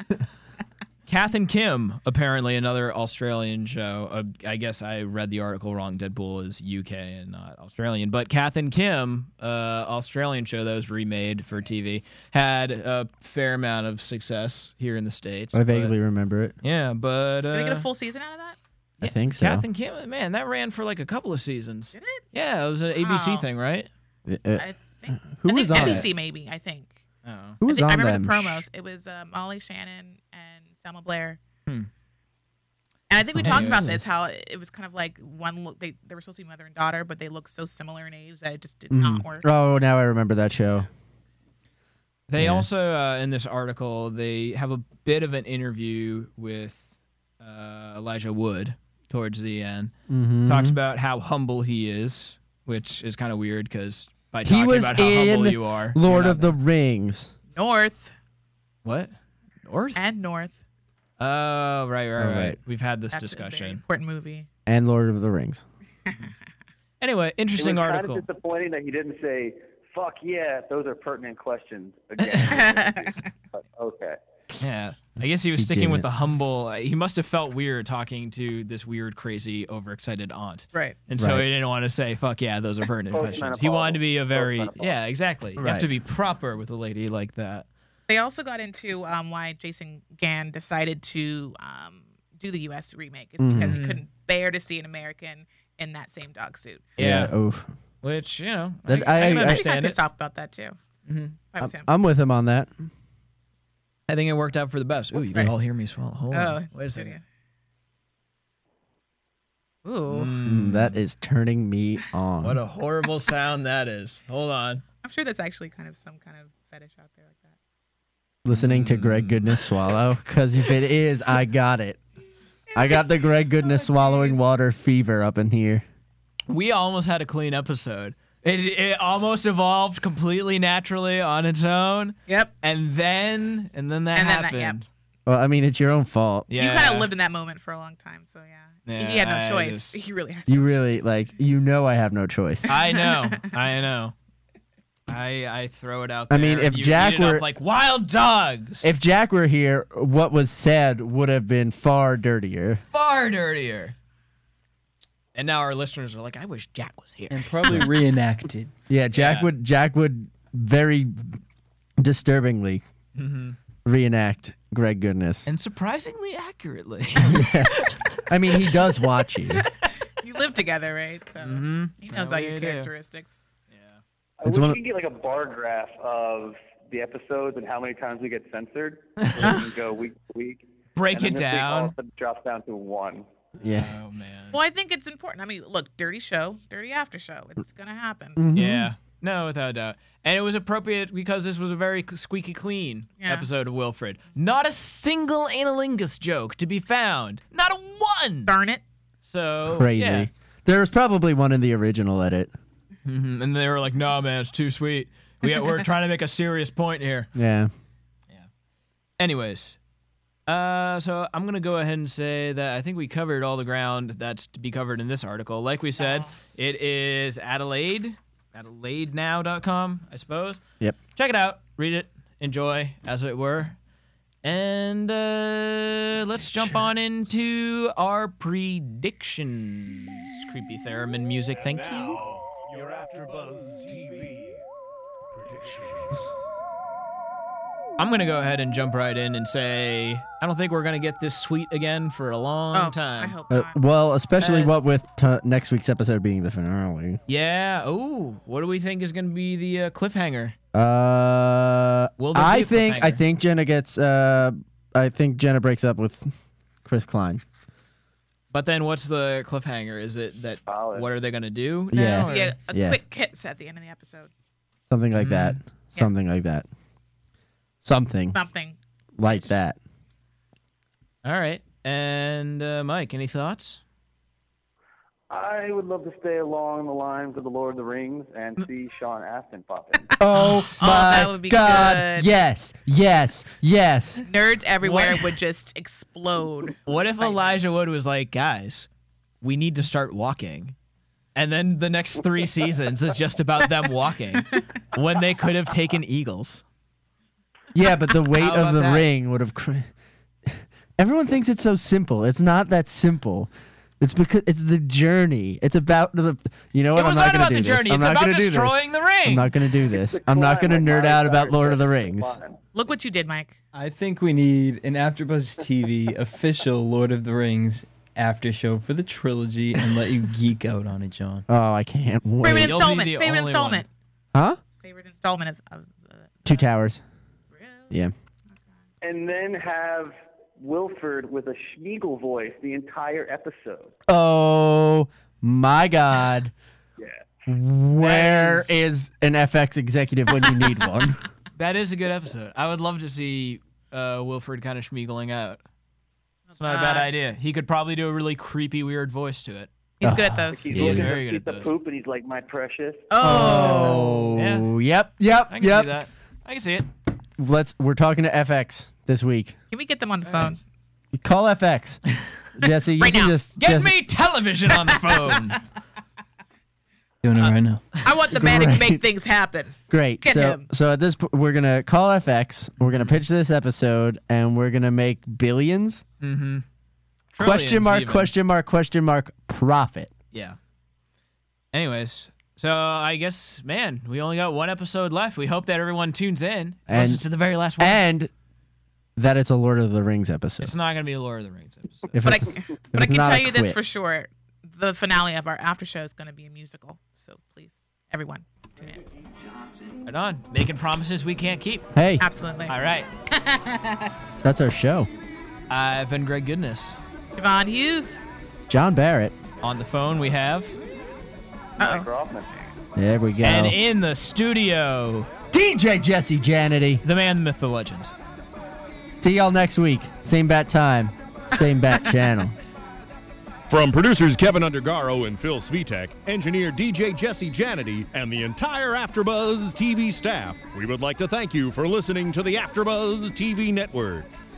Speaker 3: Kath and Kim, apparently another Australian show. Uh, I guess I read the article wrong. Deadpool is UK and not Australian. But Kath and Kim, uh, Australian show that was remade for TV, had a fair amount of success here in the states.
Speaker 5: I
Speaker 3: but-
Speaker 5: vaguely remember it.
Speaker 3: yeah, but uh,
Speaker 2: Did they get a full season out of that?
Speaker 5: I think so.
Speaker 3: Kath and Kim, man, that ran for like a couple of seasons.
Speaker 2: Did it?
Speaker 3: Yeah, it was an ABC
Speaker 2: Wow.
Speaker 3: thing, right?
Speaker 5: Uh,
Speaker 2: I think.
Speaker 5: Who
Speaker 2: I think
Speaker 5: was on it?
Speaker 2: NBC maybe. I think.
Speaker 3: Oh.
Speaker 5: Who was
Speaker 2: I, think, I
Speaker 5: on
Speaker 2: remember
Speaker 5: them?
Speaker 2: the promos. It was uh, Molly Shannon and Selma Blair. And I think we talked about
Speaker 3: Hmm. Anyways.
Speaker 2: this how it it was kind of like one look. They they were supposed to be mother and daughter, but they looked so similar in age that it just did not work.
Speaker 5: Oh, now I remember that show.
Speaker 3: They
Speaker 5: Yeah.
Speaker 3: also uh, in this article they have a bit of an interview with uh, Elijah Wood towards the end.
Speaker 5: Mm-hmm.
Speaker 3: Talks about how humble he is, which is kind of weird because by
Speaker 5: He
Speaker 3: talking
Speaker 5: was
Speaker 3: about how humble
Speaker 5: in
Speaker 3: you are,
Speaker 5: Lord
Speaker 3: you're not-
Speaker 5: of the Rings.
Speaker 2: North.
Speaker 3: what? North
Speaker 2: and North.
Speaker 3: Oh right, right,
Speaker 5: All
Speaker 3: right.
Speaker 5: right.
Speaker 3: We've had this
Speaker 2: That's a very
Speaker 3: discussion.
Speaker 2: important movie.
Speaker 5: and Lord of the Rings.
Speaker 3: Anyway, interesting
Speaker 6: it was
Speaker 3: article.
Speaker 6: Kind of disappointing that he didn't say, "Fuck yeah, those are pertinent questions." Again, But, okay.
Speaker 3: Yeah. I guess he was
Speaker 5: He
Speaker 3: sticking with
Speaker 5: didn't.
Speaker 3: the humble. He must have felt weird talking to this weird, crazy, overexcited aunt.
Speaker 2: Right.
Speaker 3: And so
Speaker 5: Right.
Speaker 3: he didn't want to say, fuck yeah, those are
Speaker 2: (laughs)
Speaker 3: pertinent questions. He
Speaker 6: Postmenopausal.
Speaker 3: wanted to be a very,
Speaker 6: Postmenopausal.
Speaker 3: yeah, exactly. You have
Speaker 5: Right.
Speaker 3: to be proper with a lady like that.
Speaker 2: They also got into um, why Jason Gann decided to um, do the U.S. remake is because
Speaker 5: Mm-hmm.
Speaker 2: he couldn't bear to see an American in that same dog suit.
Speaker 3: Yeah.
Speaker 5: oof.
Speaker 3: Which, you know,
Speaker 5: That-
Speaker 3: I, I,
Speaker 5: I-
Speaker 3: can
Speaker 5: I-
Speaker 2: I'd be kind of
Speaker 3: understand it.
Speaker 2: pissed off about that too. Mm-hmm. If I was him.
Speaker 5: I'm with him on that.
Speaker 3: I think it worked out for the best. Ooh, you can
Speaker 2: Right.
Speaker 3: all hear me swallow. Hold
Speaker 2: Oh,
Speaker 3: on. Wait a second.
Speaker 2: idiot. Ooh,
Speaker 5: Mm, that is turning me on.
Speaker 3: What a horrible sound that is. Hold on.
Speaker 2: I'm sure that's actually kind of some kind of fetish out there like that.
Speaker 5: Listening to Greg
Speaker 3: Mm.
Speaker 5: Goodness swallow, because if it is, I got it. I got the Greg Goodness swallowing water fever up in here.
Speaker 3: We almost had a clean episode. It, it almost evolved completely naturally on its own.
Speaker 2: Yep.
Speaker 3: And then, and then that
Speaker 2: And then that-
Speaker 3: happened.
Speaker 2: yep.
Speaker 5: Well, I mean, it's your own fault.
Speaker 3: Yeah.
Speaker 2: You kind of lived in that moment for a long time, so yeah.
Speaker 3: Yeah,
Speaker 2: he had no
Speaker 3: I
Speaker 2: choice.
Speaker 3: just-
Speaker 2: (laughs) He really had.
Speaker 5: You
Speaker 2: no
Speaker 5: really
Speaker 2: choice.
Speaker 5: like. You know, I have no choice.
Speaker 3: I know. I know. I I throw it out.
Speaker 5: I
Speaker 3: There.
Speaker 5: mean, if
Speaker 3: You eat
Speaker 5: Jack
Speaker 3: it up
Speaker 5: were-
Speaker 3: like wild dogs,
Speaker 5: If Jack were here, what was said would have been far dirtier.
Speaker 3: far dirtier. And now our listeners are like, I wish Jack was here. (laughs)
Speaker 4: and probably (laughs) reenacted.
Speaker 5: Yeah, Jack
Speaker 3: Yeah.
Speaker 5: would. Jack would very disturbingly reenact Greg Goodness.
Speaker 3: Mm-hmm. And surprisingly accurately.
Speaker 5: I mean, he does
Speaker 3: (laughs)
Speaker 5: watch you.
Speaker 2: you live together, right? So he knows
Speaker 3: Mm-hmm. Yeah,
Speaker 2: all
Speaker 3: we
Speaker 2: your
Speaker 3: do.
Speaker 2: characteristics.
Speaker 6: I
Speaker 5: It's
Speaker 6: wish
Speaker 5: one
Speaker 6: we could
Speaker 5: of-
Speaker 6: get like a bar graph of the episodes and how many times we get censored. So we can go week to week.
Speaker 3: (laughs) Break
Speaker 6: and then
Speaker 3: it
Speaker 6: this week, all of
Speaker 3: down.
Speaker 6: a sudden it drops down to one.
Speaker 5: Yeah.
Speaker 3: Oh man.
Speaker 2: Well, I think it's important. I mean, look, dirty show, dirty after show.
Speaker 5: Mm.
Speaker 2: It's gonna happen.
Speaker 3: Yeah. No, without a doubt. And it was appropriate because this was a very squeaky clean
Speaker 2: Yeah.
Speaker 3: episode of Wilfred. Not a single analingus joke to be found. Not a one.
Speaker 2: Darn it.
Speaker 3: So
Speaker 5: Crazy.
Speaker 3: Oh, yeah.
Speaker 5: There was probably one in the original edit.
Speaker 3: Mhm. And they were like, "No, man, it's too sweet. We, we're trying to make a serious point here."
Speaker 5: Yeah.
Speaker 3: Anyways, uh, so I'm gonna go ahead and say that I think we covered all the ground that's to be covered in this article. Like we said, it is Adelaide, AdelaideNow.com, I suppose.
Speaker 5: Yep.
Speaker 3: Check it out, read it, enjoy, as it were, and uh, let's jump on into our predictions. Creepy theremin music, thank you.
Speaker 7: Now, your AfterBuzz TV predictions.
Speaker 3: I'm gonna go ahead and jump right in and say I don't think we're gonna get this sweet again for a long
Speaker 2: Oh,
Speaker 3: time.
Speaker 2: I hope
Speaker 5: Uh,
Speaker 2: not.
Speaker 5: well, especially
Speaker 3: Uh,
Speaker 5: what with t- next week's episode being the finale.
Speaker 3: Yeah. Ooh. What do we think is going to be the uh, cliffhanger?
Speaker 5: Uh,
Speaker 3: Will there be
Speaker 5: I
Speaker 3: a
Speaker 5: think I
Speaker 3: cliffhanger?
Speaker 5: think Jenna gets. Uh, I think Jenna breaks up with Chris Klein.
Speaker 3: But then, what's the cliffhanger? Is it that
Speaker 6: Solid.
Speaker 3: what are they going to do?
Speaker 5: Yeah.
Speaker 3: now, or-
Speaker 2: Yeah, a
Speaker 5: Yeah.
Speaker 2: quick kiss at the end of the episode.
Speaker 5: Something like that.
Speaker 3: Mm-hmm.
Speaker 5: Something like that. Something
Speaker 2: Something.
Speaker 3: (laughs)
Speaker 5: like that.
Speaker 3: All right. And uh, Mike, any thoughts?
Speaker 6: I would love to stay along the lines of the Lord of the Rings
Speaker 5: Mm.
Speaker 6: and see Sean Astin pop in.
Speaker 5: Oh my
Speaker 2: that would be
Speaker 5: God!
Speaker 2: good.
Speaker 5: Yes, yes, yes.
Speaker 2: Nerds everywhere would just
Speaker 3: (laughs)
Speaker 2: explode.
Speaker 3: What if
Speaker 2: Excitement.
Speaker 3: Elijah Wood was like, guys, we need to start walking, and then the next three seasons is just about them walking, when they could have taken eagles.
Speaker 5: Yeah, but the
Speaker 3: (laughs)
Speaker 5: weight
Speaker 3: How
Speaker 5: of
Speaker 3: about
Speaker 5: the
Speaker 3: that?
Speaker 5: ring would have. Cr- (laughs) Everyone thinks it's so simple. It's not that simple. It's because it's the journey. It's about the. You know what?
Speaker 3: it was
Speaker 5: I'm
Speaker 3: not,
Speaker 5: not,
Speaker 3: about the
Speaker 5: gonna do this.
Speaker 3: journey.
Speaker 5: I'm
Speaker 3: it's
Speaker 5: not
Speaker 3: about
Speaker 5: gonna do this.
Speaker 3: destroying the ring.
Speaker 5: I'm not gonna
Speaker 3: (laughs)
Speaker 5: do this. I'm not gonna
Speaker 6: Climb, like,
Speaker 5: nerd out about
Speaker 6: Monty
Speaker 5: Lord of the
Speaker 6: Python.
Speaker 5: Rings.
Speaker 2: Look what you did, Mike.
Speaker 4: I think we need an AfterBuzz TV official Lord of the Rings after show for the trilogy and let you geek out on it, John.
Speaker 5: Oh, I can't
Speaker 2: Favorite
Speaker 5: wait.
Speaker 3: You'll be
Speaker 2: installment.
Speaker 3: the
Speaker 2: Favorite
Speaker 3: only
Speaker 2: installment.
Speaker 5: Huh?
Speaker 2: Favorite installment of, of the
Speaker 5: Two towers. Yeah.
Speaker 6: And then have Wilford with a Schmiegel voice the entire episode.
Speaker 5: Oh my God.
Speaker 6: Yeah.
Speaker 5: Where is an FX executive when
Speaker 3: (laughs)
Speaker 5: you need one?
Speaker 3: That is a good episode. I would love to see uh, Wilfred kind of schmeagling out. It's not a bad
Speaker 2: Uh,
Speaker 3: idea. He could probably do a really creepy, weird voice to it.
Speaker 2: He's good at those.
Speaker 6: He's
Speaker 3: Yeah,
Speaker 6: looking to
Speaker 3: very good
Speaker 6: see
Speaker 3: at
Speaker 6: the
Speaker 3: those.
Speaker 6: poop and he's like, my precious.
Speaker 2: Oh,
Speaker 5: Oh. Yep. Yep.
Speaker 3: I can see
Speaker 5: Yep.
Speaker 3: that. I can see it.
Speaker 5: let's we're talking to FX this week.
Speaker 2: Can we get them on the phone?
Speaker 5: You call
Speaker 2: (laughs)
Speaker 5: FX. Jesse, you
Speaker 2: Right
Speaker 5: can
Speaker 2: now.
Speaker 5: just
Speaker 3: Get
Speaker 5: Jesse-
Speaker 3: me television on the phone.
Speaker 4: Doing it right now.
Speaker 2: I want the man to
Speaker 5: Great.
Speaker 2: make things happen.
Speaker 5: Great.
Speaker 2: Get
Speaker 5: so
Speaker 2: him. Mm-hmm.
Speaker 5: so at this point we're gonna call FX, we're gonna pitch this episode, and we're gonna make billions.
Speaker 3: mm-hmm.
Speaker 5: (laughs) question mark, question mark, question mark, profit.
Speaker 3: Yeah. Anyways, so I guess, man, we only got one episode left. We hope that everyone tunes in. And
Speaker 5: And-
Speaker 3: listens to the very last one.
Speaker 5: And that it's a Lord of the Rings episode.
Speaker 3: it's not going to be a Lord of the Rings episode.
Speaker 5: If
Speaker 2: But I,
Speaker 5: it's- if
Speaker 2: but I
Speaker 5: it's
Speaker 2: can
Speaker 5: not a
Speaker 2: tell you this
Speaker 5: quit.
Speaker 2: for sure: the finale of our after show is going to be a musical. So please, everyone, tune in.
Speaker 3: right on. Making promises we can't keep.
Speaker 5: Hey,
Speaker 2: Absolutely.
Speaker 3: All right.
Speaker 5: that's our show.
Speaker 3: I've been Greg Goodness.
Speaker 2: Javon Hughes.
Speaker 5: John Barrett.
Speaker 3: On the phone, we have.
Speaker 2: Uh oh.
Speaker 6: Kaufman.
Speaker 5: There we go.
Speaker 3: And in the studio,
Speaker 5: DJ Jesse Janity.
Speaker 3: the man, the myth, the legend.
Speaker 5: See y'all next week. Same bat time, same
Speaker 2: (laughs)
Speaker 5: bat channel.
Speaker 7: From producers Kevin Undergaro and Phil Svitek, engineer DJ Jesse Janity, and the entire AfterBuzz TV staff, we would like to thank you for listening to the AfterBuzz TV network.